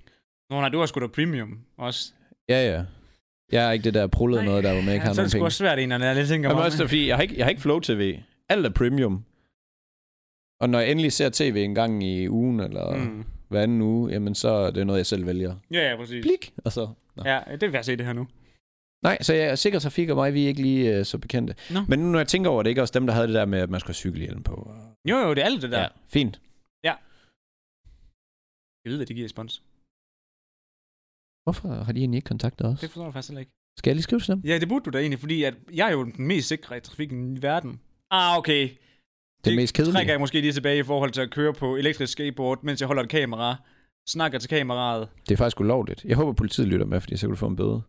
Nå nej, du har sgu da premium også.
Ja, ja. Jeg er ikke det der prullede
Nej,
noget, der hvor man ikke har
så er
nogen
det sgu
penge.
også svært en, når jeg lidt tænker
Jamen
mig
også
om.
fordi, jeg har, ikke, jeg har ikke Flow TV. Alt er premium. Og når jeg endelig ser tv en gang i ugen, eller mm.
Mm.
hver anden uge, jamen så er det noget, jeg selv vælger.
Ja, ja, præcis.
Blik! Og så... Nå.
Ja, det vil jeg se det her nu.
Nej, så jeg er sikker trafik og mig, vi er ikke lige øh, så bekendte.
Nå.
Men nu når jeg tænker over det, ikke også dem, der havde det der med, at man skulle have cykelhjelm på. og-
Jo, jo, det er alt det der.
Ja, fint.
Jeg ved, hvad det giver i spons.
Hvorfor har de egentlig ikke kontaktet os?
Det forstår jeg faktisk heller ikke.
Skal jeg lige skrive til dem?
Ja, det burde du da egentlig, fordi at jeg er jo den mest sikre i trafikken i verden. Ah, okay.
Det er mest kedelige.
trækker jeg måske lige tilbage i forhold til at køre på elektrisk skateboard, mens jeg holder et kamera, snakker til kameraet.
Det er faktisk ulovligt. Jeg håber, politiet lytter med, fordi så kan du få en bøde.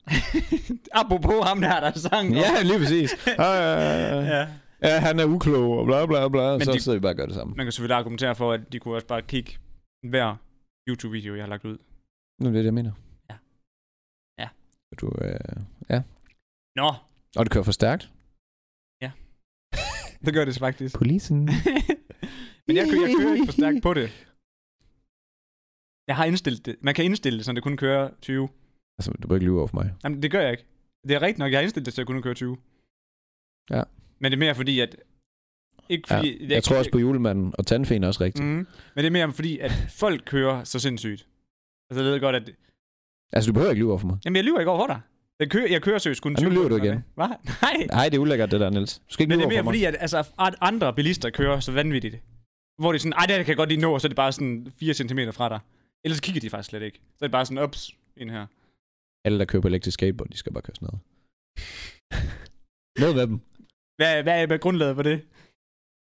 Apropos ham der, der sang.
ja, lige præcis. Ah, ja, ja, ja.
ja.
ja, han er uklog, og bla bla bla. Men så
de-
sidder vi bare og gør det samme.
Man kan selvfølgelig argumentere for, at de kunne også bare kigge hver YouTube-video, jeg har lagt ud.
Nu er det, det, jeg mener.
Ja. Ja.
Du, øh...
Nå,
Og det kører for stærkt.
det gør det faktisk.
Polisen.
Men jeg, kø- jeg kører ikke for stærkt på det. Jeg har indstillet det. Man kan indstille det, så det kun kører 20.
Altså, du må ikke lyve over for mig.
Jamen, det gør jeg ikke. Det er rigtigt nok, jeg har indstillet det til at kunne køre 20.
Ja.
Men det er mere fordi, at... Ikke
Ja,
fordi, ja,
Jeg tror også på julemanden, og tandfen er også rigtigt. Mm.
Mm, men det er mere fordi, at folk kører så sindssygt. Altså, jeg ved godt, at...
Altså, du behøver ikke lyve over for mig.
Jamen, jeg lyver ikke over for dig. Jeg kører, jeg kører seriøst kun
Ja, nu
20
lyver du
kilometer,
igen.
ikke? Hva? Nej.
Nej, det er ulækkert, det der, Niels. Du skal ikke
Men det
lyve
er
over for
mere
mig.
fordi, at altså, at andre bilister kører så vanvittigt. Hvor de er sådan, ej, det her kan jeg godt lige nå, og så er det bare sådan 4 cm fra dig. Ellers kigger de faktisk slet ikke. Så er det bare sådan, ups, ind her.
Alle, der kører på elektrisk skateboard, de skal bare køre sådan noget. Ned med dem.
Hvad, hvad er grundlaget for det?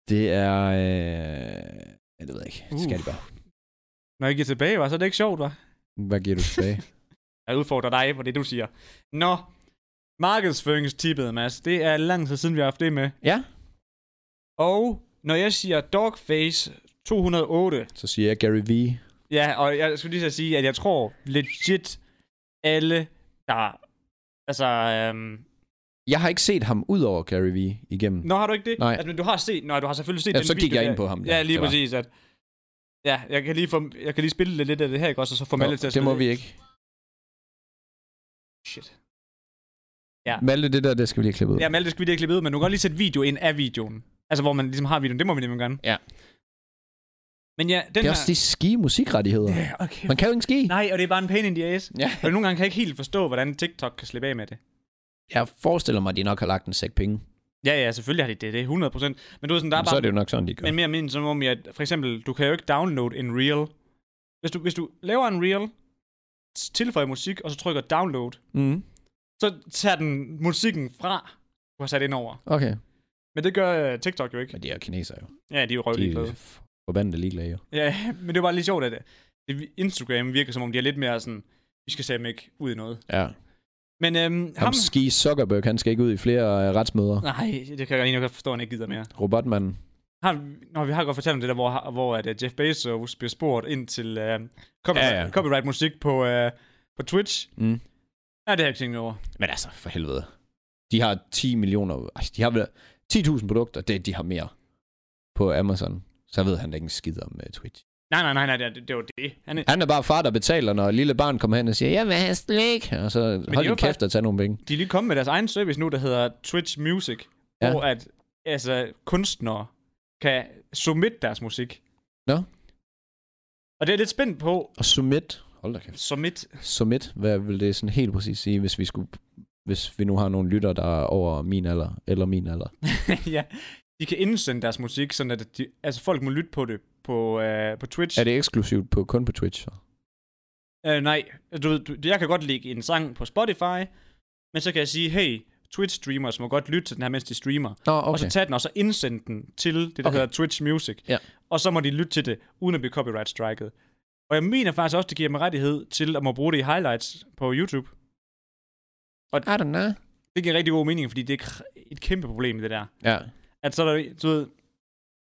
Det er... Øh... ja, Det ved jeg ikke. Det skal
Uh.
de bare.
Når jeg giver tilbage, var, så er det ikke sjovt, var.
Hvad giver du tilbage?
Jeg udfordrer dig på det, du siger. Nå, markedsføringstippet, Mads. Det er lang tid siden, vi har haft det med.
ja.
Og når jeg siger Dogface 208,
Så siger jeg Gary V.
Ja, og jeg skulle lige så sige, at jeg tror legit alle, der... Altså, øhm...
Jeg har ikke set ham ud over Gary V igennem.
Nå, har du ikke det?
Nej.
Altså, men du har set... Nå, du har selvfølgelig set
Ja,
den
så gik
video
jeg
der.
ind på ham, ja.
Ja, lige
Det var.
præcis. At... Ja, jeg kan, lige få, jeg kan lige spille lidt af det her, ikke også? Og så få
Nå,
Malle til at
det må
smide-
vi ikke.
Shit. Ja.
Ja. Malte, det der, det skal vi lige klippe ud.
Ja, Malle, det skal vi lige klippe ud, men du kan godt lige sætte video ind af videoen. Altså, hvor man ligesom har videoen. Det må vi nemlig gerne.
Ja.
Men ja, den
det er
her...
også de ski musikrettigheder.
Ja, okay.
Man kan jo ikke ski.
Nej, og det er bare en pain in the ass.
Ja.
Og nogle gange kan jeg ikke helt forstå, hvordan TikTok kan slippe af med det.
Jeg forestiller mig, at de nok har lagt en sæk penge.
Ja, ja, selvfølgelig har de det. Det er 100%. Men du ved sådan, der er
Jamen,
bare...
så er det jo nok sådan, de gør.
Men mere mindst som om, at for eksempel, du kan jo ikke downloade en reel. Hvis du, hvis du laver en reel, s- tilføjer musik, og så trykker download,
Mm.
så tager den musikken fra, du har sat ind over.
Okay.
Men det gør øh, TikTok jo ikke.
Men de er jo kineser jo.
Ja, de er jo
De
røvlige
er
glade.
f- forbandet ligeglade jo.
Ja, men det var bare lige sjovt, at øh, det, Instagram virker som om, de er lidt mere sådan, vi skal sætte ikke ud i noget.
Ja.
Men øhm,
Ham
ham...
Ski Zuckerberg, han skal ikke ud i flere øh, retsmøder.
Nej, det kan jeg egentlig godt forstå, at han ikke gider mere.
Robotmanden.
Har, når vi har godt fortalt om det der, hvor, hvor at, øh, Jeff Bezos bliver spurgt ind til øh, copyright,
Ja, ja.
copyright musik på, øh, på Twitch.
Mm.
Ja, det har jeg ikke tænkt over.
Men altså, for helvede. De har 10 millioner... Ej, de har vel 10.000 produkter. Det de har mere på Amazon. Så ved han da ikke en skid om uh, Twitch.
Nej, nej, nej, nej det, det var det. Han, er-
Han er bare far, der betaler, når et lille barn kommer hen og siger, jeg vil have slik. Og så
det er
hold
jo
din kæft og tag nogle penge.
de er lige kommet med deres egen service nu, der hedder Twitch Music, ja.
Ja.
hvor at, altså, kunstnere kan submitte deres musik.
Nå.
Og det er jeg lidt spændt på,
Og submit. Hold da kæft.
submit.
Submit, hvad vil det sådan helt præcis sige, hvis vi skulle hvis vi nu har nogle lytter, der er over min alder, eller min alder.
ja, de kan indsende deres musik, sådan at de, altså, folk må lytte på det på, øh, på Twitch.
Er det eksklusivt på, kun på Twitch? Så?
Øh, nej, du ved, du, jeg kan godt lægge en sang på Spotify, men så kan jeg sige, hey, Twitch-streamers må godt lytte til den her, mens de streamer. Okay.
Nå,
Og så
okay.
tage den, og så indsende den til det, der okay.
Okay.
hedder Twitch Music.
Ja.
Og så må de lytte til det, uden at blive copyright-striket. Og jeg mener faktisk også, det giver mig rettighed til at må bruge det i highlights på YouTube.
I don't know.
Det giver rigtig god mening, fordi det er kr- et kæmpe problem, det der.
Ja,
At så er der, du ved,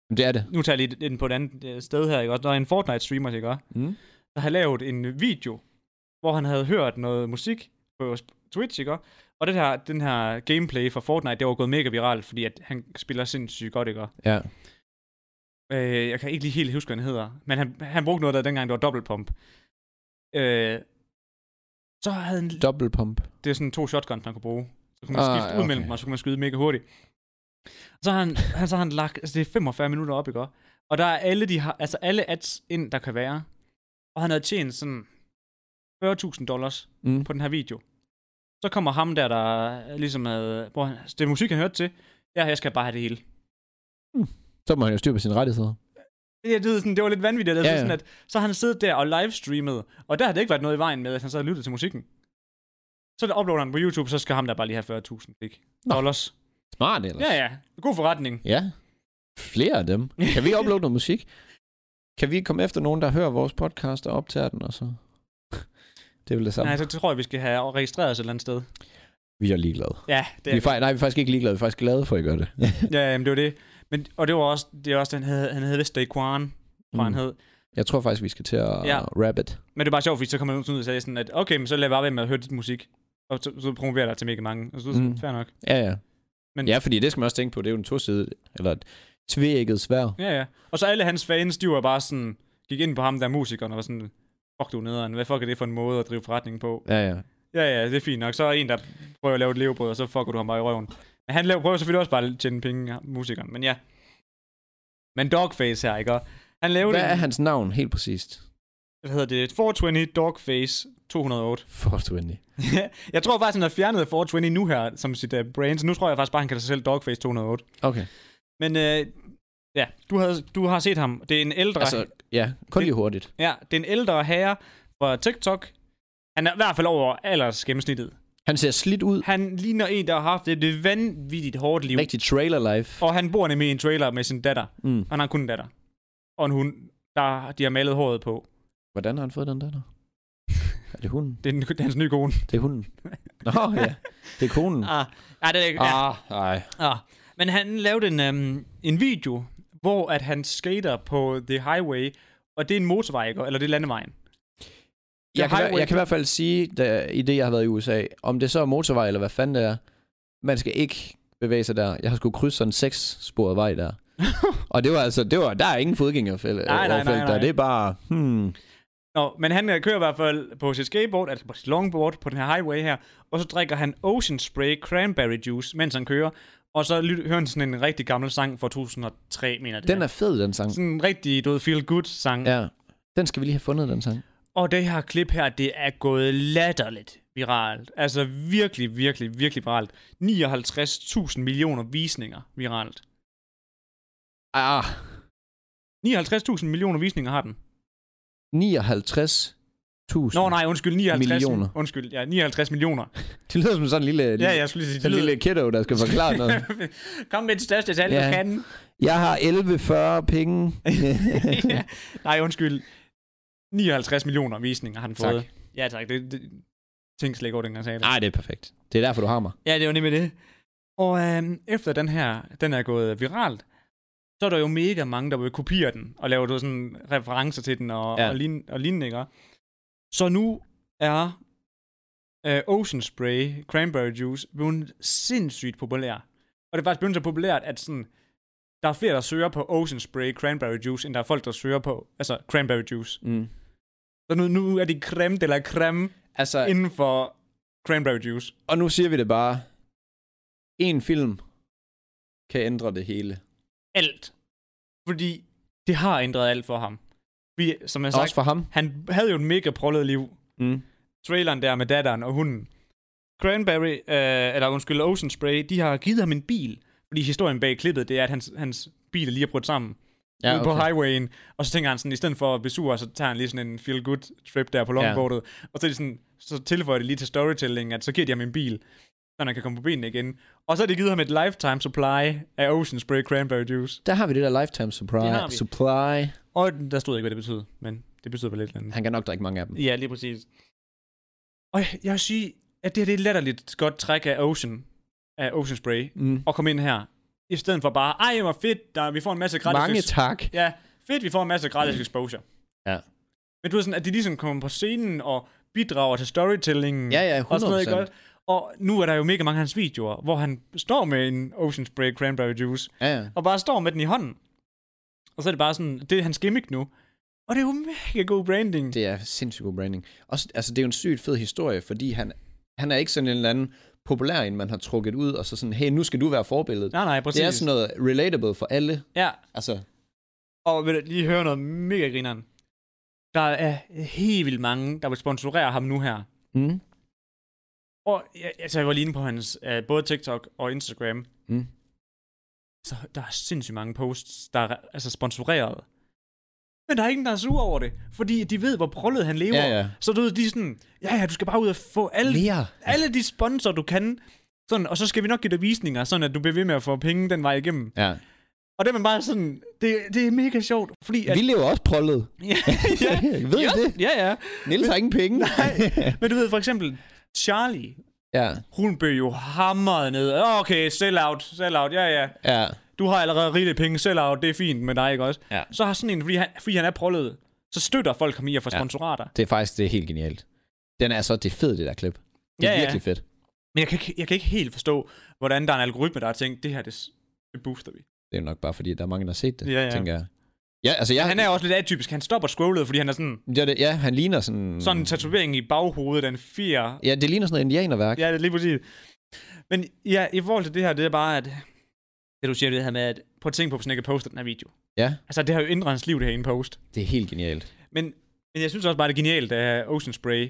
Jamen, det er det.
nu tager jeg lige den på et andet øh, sted her, ikke også? Der er en Fortnite-streamer, ikke også?
Mm.
der havde lavet en video, hvor han havde hørt noget musik på sp- Twitch, ikke? Og det her, den her gameplay fra Fortnite, det var gået mega viralt, fordi at han spiller sindssygt godt, ikke?
Ja.
Øh, jeg kan ikke lige helt huske, hvad han hedder, men han, han brugte noget, der dengang det var dobbeltpump. Øh, så havde han,
Dobbeltpump.
det er sådan to shotguns, man kunne bruge. Så kunne man
Ah,
skifte ud
okay.
mellem dem, og så kunne man skyde mega hurtigt. Så har han, han, så har han lagt, altså det er 45 minutter op, ikke? også? Og der er alle, de har, altså alle ads ind, der kan være. Og han havde tjent sådan 40.000 dollars
Mm.
på den her video. Så kommer ham der, der ligesom havde, hvor han, det er musik, han hørte til. Ja, jeg skal bare have det hele.
Så må han jo styre på sine rettigheder.
Ja, det, ved, sådan, det var lidt vanvittigt. Altså,
Ja,
ja,
ja.
ja. Sådan, at, så har han siddet der og livestreamet, og der har det ikke været noget i vejen med, at han sad og lyttede til musikken. Så uploader han på YouTube, så skal ham der bare lige have 40.000 klik.
Nå.
Dollars.
Smart ellers.
Ja, ja. God forretning.
Ja. Flere af dem. Kan vi uploade noget musik? Kan vi komme efter nogen, der hører vores podcast og optager den, og så... Det er vel det samme.
Nej,
Nej, så...
så tror jeg, vi skal have registreret os et eller andet sted.
Vi er ligeglade.
Ja, det
Vi er
er,
fej... Nej, vi er faktisk ikke ligeglade. Vi er faktisk glade for, at I gør det.
ja, jamen, det var det. Men, og det var også, det er også den, han hed, han hed vist Daquan, tror
Mm.
han hed.
Jeg tror faktisk, vi skal til at ja.
Ja.
rabbit.
Men det er bare sjovt, fordi så kommer nogen ud og sagde sådan, at okay, men så lad bare være med at høre dit musik. Og så, så promoverer dig til mega mange. Og så er det sådan,
Mm.
mm. fair nok.
Ja, ja. Men...
Men-
Ja, fordi det skal man også tænke på. Det er jo en toside, eller et tvækket svær.
Ja, ja. Og så alle hans fans, de var bare sådan, gik ind på ham, der er musikeren, og var sådan, fuck du er nederen, hvad fuck er det for en måde at drive forretning på?
Ja, ja.
Ja, ja, det er fint nok. Så er en, der prøver at lave et levebrød, og så fucker du ham bare i røven. Men han laver, prøver selvfølgelig også bare at tjene penge, ham, musikeren, men ja. Men Dogface her, ikke? Og Han lavede
Hvad
en-
er hans navn helt præcist?
hvad hedder det, 420 Dogface 208.
Forstående.
jeg tror faktisk, han har fjernet 420 nu her, som sit uh, brand, så nu tror jeg faktisk bare, han kalder sig selv Dogface 208.
Okay.
Men øh, ja, du, havde, du har set ham. Det er en ældre...
Altså, ja, kun
Det-
lige hurtigt.
Ja, det er en ældre herre fra TikTok. Han er i hvert fald over aldersgennemsnittet.
Han ser slidt ud.
Han ligner en, der har haft et øh, vanvittigt hårdt liv.
Rigtig trailer life.
Og han bor nemlig i en trailer med sin datter.
Mm.
Han har kun en datter. Og en hund, der de har malet håret på.
Hvordan har han fået den der? Er det hunden?
Det er, den, det er hans nye kone.
Det er hunden. Nå ja, det er konen.
Ah, ah, det er, ikke- ja.
Ah, nej.
ah. Men han lavede en, øhm, en video, hvor at han skater på The Highway. Og det er en motorvej, ikke? eller det er landevejen.
Jeg, kan, i
highway-
hver- jeg kan i hvert fald sige, da, i det jeg har været i USA, om det så er motorvej eller hvad fanden det er, man skal ikke bevæge sig der. Jeg har skulle krydse sådan seks sporet vej der. Og det var altså, det var, der er ingen fodgængerfelt
Nej, nej, nej,
overfelt der.
nej.
Det er bare, hmm,
Nå, men han øh, kører i hvert fald på sit skateboard, altså på sit longboard, på den her highway her, og så drikker han Ocean Spray Cranberry Juice, mens han kører, og så lyt, hører han sådan en rigtig gammel sang fra 2003, mener jeg, det
den er fed, den sang.
Sådan en rigtig, du ved, feel-good-sang. Ja.
Ja, den skal vi lige have fundet, den sang.
Og det her klip her, det er gået latterligt viralt. Altså virkelig, virkelig, virkelig viralt. 59.000 millioner visninger viralt.
Ah,
59.000 millioner visninger har den.
59.000.
Nå nej, undskyld, 59
Millioner.
Undskyld, ja, 59 millioner.
Det lyder som sådan en lille,
Ja, jeg skulle lige sige,
sådan en lille kiddo, der skal forklare noget.
Kom med det største tal,
Ja.
du kan.
Jeg har 11,40 penge.
Ja. Nej, undskyld. 59 millioner visninger har den
Tak.
fået. Ja, tak. Det, det tænkte slet ikke over, dengang jeg sagde det.
Nej, det er perfekt. Det er derfor, du har mig.
Ja, det var nemlig det. Og øhm, efter den her, den er gået viralt, så er der jo mega mange, der vil kopiere den, og laver du ved, sådan referencer til den og,
Ja.
ja. og, lign, og lignende, ikke? Så nu er øh, Ocean Spray, Cranberry Juice, blevet sindssygt populær. Og det er faktisk blevet så populært, at sådan, der er flere, der søger på Ocean Spray, Cranberry Juice, end der er folk, der søger på, altså Cranberry Juice.
Mm.
Så nu, nu er det creme eller creme
Altså,
inden for Cranberry Juice.
Og nu siger vi det bare. En film kan ændre det hele.
alt. Fordi det har ændret alt for ham. Vi, som jeg
Altså,
sagde,
Også for ham.
han havde jo et mega prollet liv.
Mm.
Traileren der med datteren og hunden. Cranberry, øh, eller undskyld, Ocean Spray, de har givet ham en bil. Fordi historien bag klippet, det er, at hans, hans bil er lige er brudt sammen ja, okay. på highwayen. Og så tænker han sådan, i stedet for at besure, så tager han lige sådan en feel-good trip der på longboardet. Ja. Og så, er det sådan, så tilføjer det lige til storytelling, at så giver de ham en bil, så han kan komme på benene igen. Og så har de givet ham et lifetime supply af Ocean Spray Cranberry Juice.
Der har vi det der lifetime supply.
Det har vi.
supply.
Og der stod ikke, hvad det betød, men det betød vel lidt eller andet.
Han kan nok drikke mange af dem.
Ja, lige præcis. Og jeg- jeg vil sige, at det her det er et latterligt godt træk af Ocean, af Ocean Spray,
Mm.
og komme ind her. I stedet for bare, ej, hvor fedt, der, vi får en masse gratis...
Mange
eks-
tak.
Ja, fedt, vi får en masse gratis exposure.
Ja.
Men du ved sådan, at de ligesom kommer på scenen og bidrager til storytellingen.
Ja, ja, 100%.
Og sådan noget, ikke? også? Og nu er der jo mega mange af hans videoer, hvor han står med en Ocean Spray Cranberry Juice,
Ja, ja.
og bare står med den i hånden. Og så er det bare sådan, det er hans gimmick nu. Og det er jo mega god branding. Det.
Det er sindssygt god branding. Også, altså, det er jo en sygt fed historie, fordi han, han er ikke sådan en eller anden populær en, man har trukket ud, og så sådan, hey, nu skal du være forbilledet.
Nej, nej, præcis.
det er sådan noget relatable for alle.
Ja,
Altså,
og vil du lige høre noget mega grineren. Der er helt vildt mange, der vil sponsorere ham nu her.
mm.
Og jeg, altså, jeg var lige inde på hans, øh, både TikTok og Instagram.
Mm.
Så der er sindssygt mange posts, der er altså, sponsoreret Men der er ingen, der er sure over det, fordi de ved, hvor prollet han lever.
Ja, ja.
Så du ved, de er sådan, ja, ja, du skal bare ud og få alle,
Mere.
alle de sponsorer, du kan. Sådan, og så skal vi nok give dig visninger, sådan at du bliver ved med at få penge den vej igennem.
Ja.
Og det er man bare sådan, det, det er mega sjovt, fordi... At,
Vi lever også prollet.
ja,
Ja.
ja,
ved I
ja,
det?
ja, ja.
Niels har ingen penge.
Nej, men du ved for eksempel, Charlie,
ja,
hun blev jo hamret ned. Åh, Okay, sell out, sell out, ja, ja.
ja.
Du har allerede rigeligt penge, sell out, det er fint med dig, ikke også?
Ja.
Så har sådan en, fordi han, fordi han er prollet, så støtter folk ham i at få
Ja.
sponsorater.
Det er faktisk det er helt genialt. Den er så, det er fedt, det der klip. Det er
Ja, ja.
virkelig fedt.
Men jeg kan, ikke, jeg kan ikke helt forstå, hvordan der er en algoritme, der har tænkt, det her, det, s- det booster vi.
Det er jo nok bare, fordi der er mange, der har set det,
Ja, ja.
tænker jeg. Ja, altså jeg...
Han er også lidt atypisk. Han stopper scrollet, fordi han er sådan,
Ja, det, ja, han ligner sådan...
sådan en tatovering i baghovedet, den fire.
Ja, det ligner sådan noget indianerværk.
Ja, det er lige præcis. Men ja, i forhold til det her, det er bare, at det du siger, det her med, at prøv at tænke på, hvis han ikke poster den her video.
ja,
Altså, det har jo ændret hans liv, det her ene post.
det er helt genialt.
Men, men jeg synes også bare, det er genialt af Ocean Spray.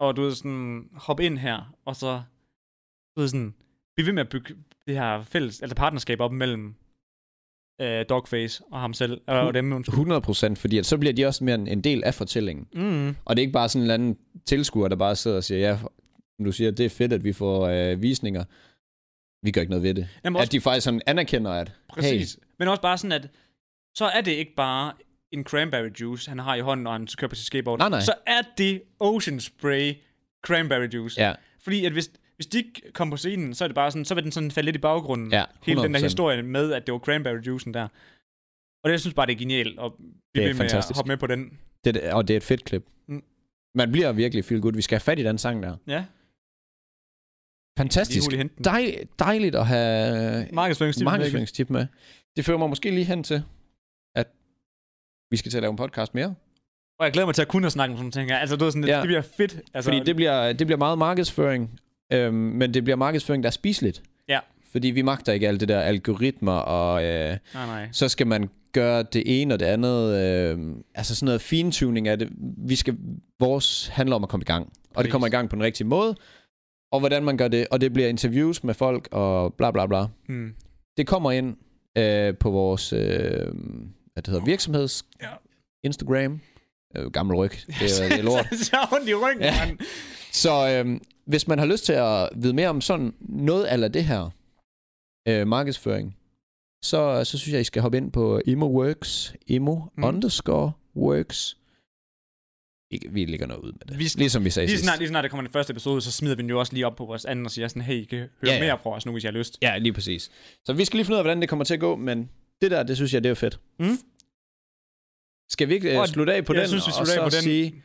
Og du ved sådan, hoppe ind her, og så, du ved sådan, blive ved med at bygge det her fælles, altså partnerskab op mellem øh, Dogface og ham selv, og, og dem, undskyld.
100 procent, fordi at så bliver de også mere en, en del af fortællingen.
Mm.
Og det er ikke bare sådan en eller anden tilskuer, der bare sidder og siger, ja, som du siger, det er fedt, at vi får øh, visninger. Vi gør ikke noget ved det.
Jamen,
At de faktisk sådan anerkender, at
Præcis. Hey. Men også bare sådan, at så er det ikke bare en cranberry juice, han har i hånden, og han kører på sit skateboard.
Nej, nej.
Så er det Ocean Spray cranberry juice.
hey, ja,
Fordi at hvis, hvis de ikke kom på scenen, så er det bare sådan, så vil den sådan falde lidt i baggrunden.
Ja,
hele den der
100%.
historie med, at det var cranberry juicen der. Og det, jeg synes bare, det er genialt at blive
er
ved med at
fantastisk.
hoppe med på den.
det, er- og det er et fedt klip.
Mm.
Man bliver virkelig feel good. Vi skal have fat i den sang der.
Ja, lige
Fantastisk.
hurtigt hente den.
Dej, dejligt at have
Markedsføringstip.
markedsføringstip med. Det fører mig måske lige hen til, at vi skal til at lave en podcast mere.
Og jeg glæder mig til at kunne at snakke om sådan nogle ting her. Altså, du ved sådan, ja.
Ja.
det bliver fedt. Altså,
Altså, fordi det bliver, det bliver meget markedsføring, øhm, men det bliver markedsføring, der er spiseligt.
Ja.
Fordi vi magter ikke alt det der algoritmer, og øh,
Nej, nej.
så skal man gøre det ene og det andet. Øh, altså sådan noget fintuning af det. Vi skal, vores handler om at komme i gang. Og
Præcis.
det kommer i gang på den rigtige måde. Og hvordan man gør det. Og det bliver interviews med folk og bla bla bla.
Mm.
Det kommer ind øh, på vores øh, hvad det hedder, virksomheds
Ja.
Instagram. Øh, gammel ryg. Det er, det er lort.
så har ondt i ryggen,
Ja.
ja.
Så øhm, hvis man har lyst til at vide mere om sådan noget af det her øh, markedsføring, så, så synes jeg, I skal hoppe ind på emoworks, emo
Mm.
mm. underscore works. Vi, vi lægger noget ud med det,
Vi
vi,
skal-
ligesom vi sagde
Lige
sidst.
snart, lige snart der kommer den første episode, så smider vi den jo også lige op på vores anden og siger sådan, hey, I kan høre ja,
Ja,
ja.
ja.
mere fra os nu, hvis I har lyst.
Ja, lige præcis. Så vi skal lige finde ud af, hvordan det kommer til at gå, men det der, det synes jeg, det er fedt.
Mm.
Skal vi ikke
Og
øh, slutte af på
jeg
den,
synes, vi
og
slutter af
så
på den.
sige,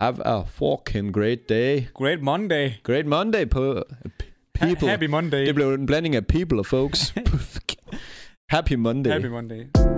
have a fucking great day.
Great Monday.
Great Monday på people.
Ha- happy Monday.
Det blev en blanding af people og folks. Happy Monday.
Happy Monday.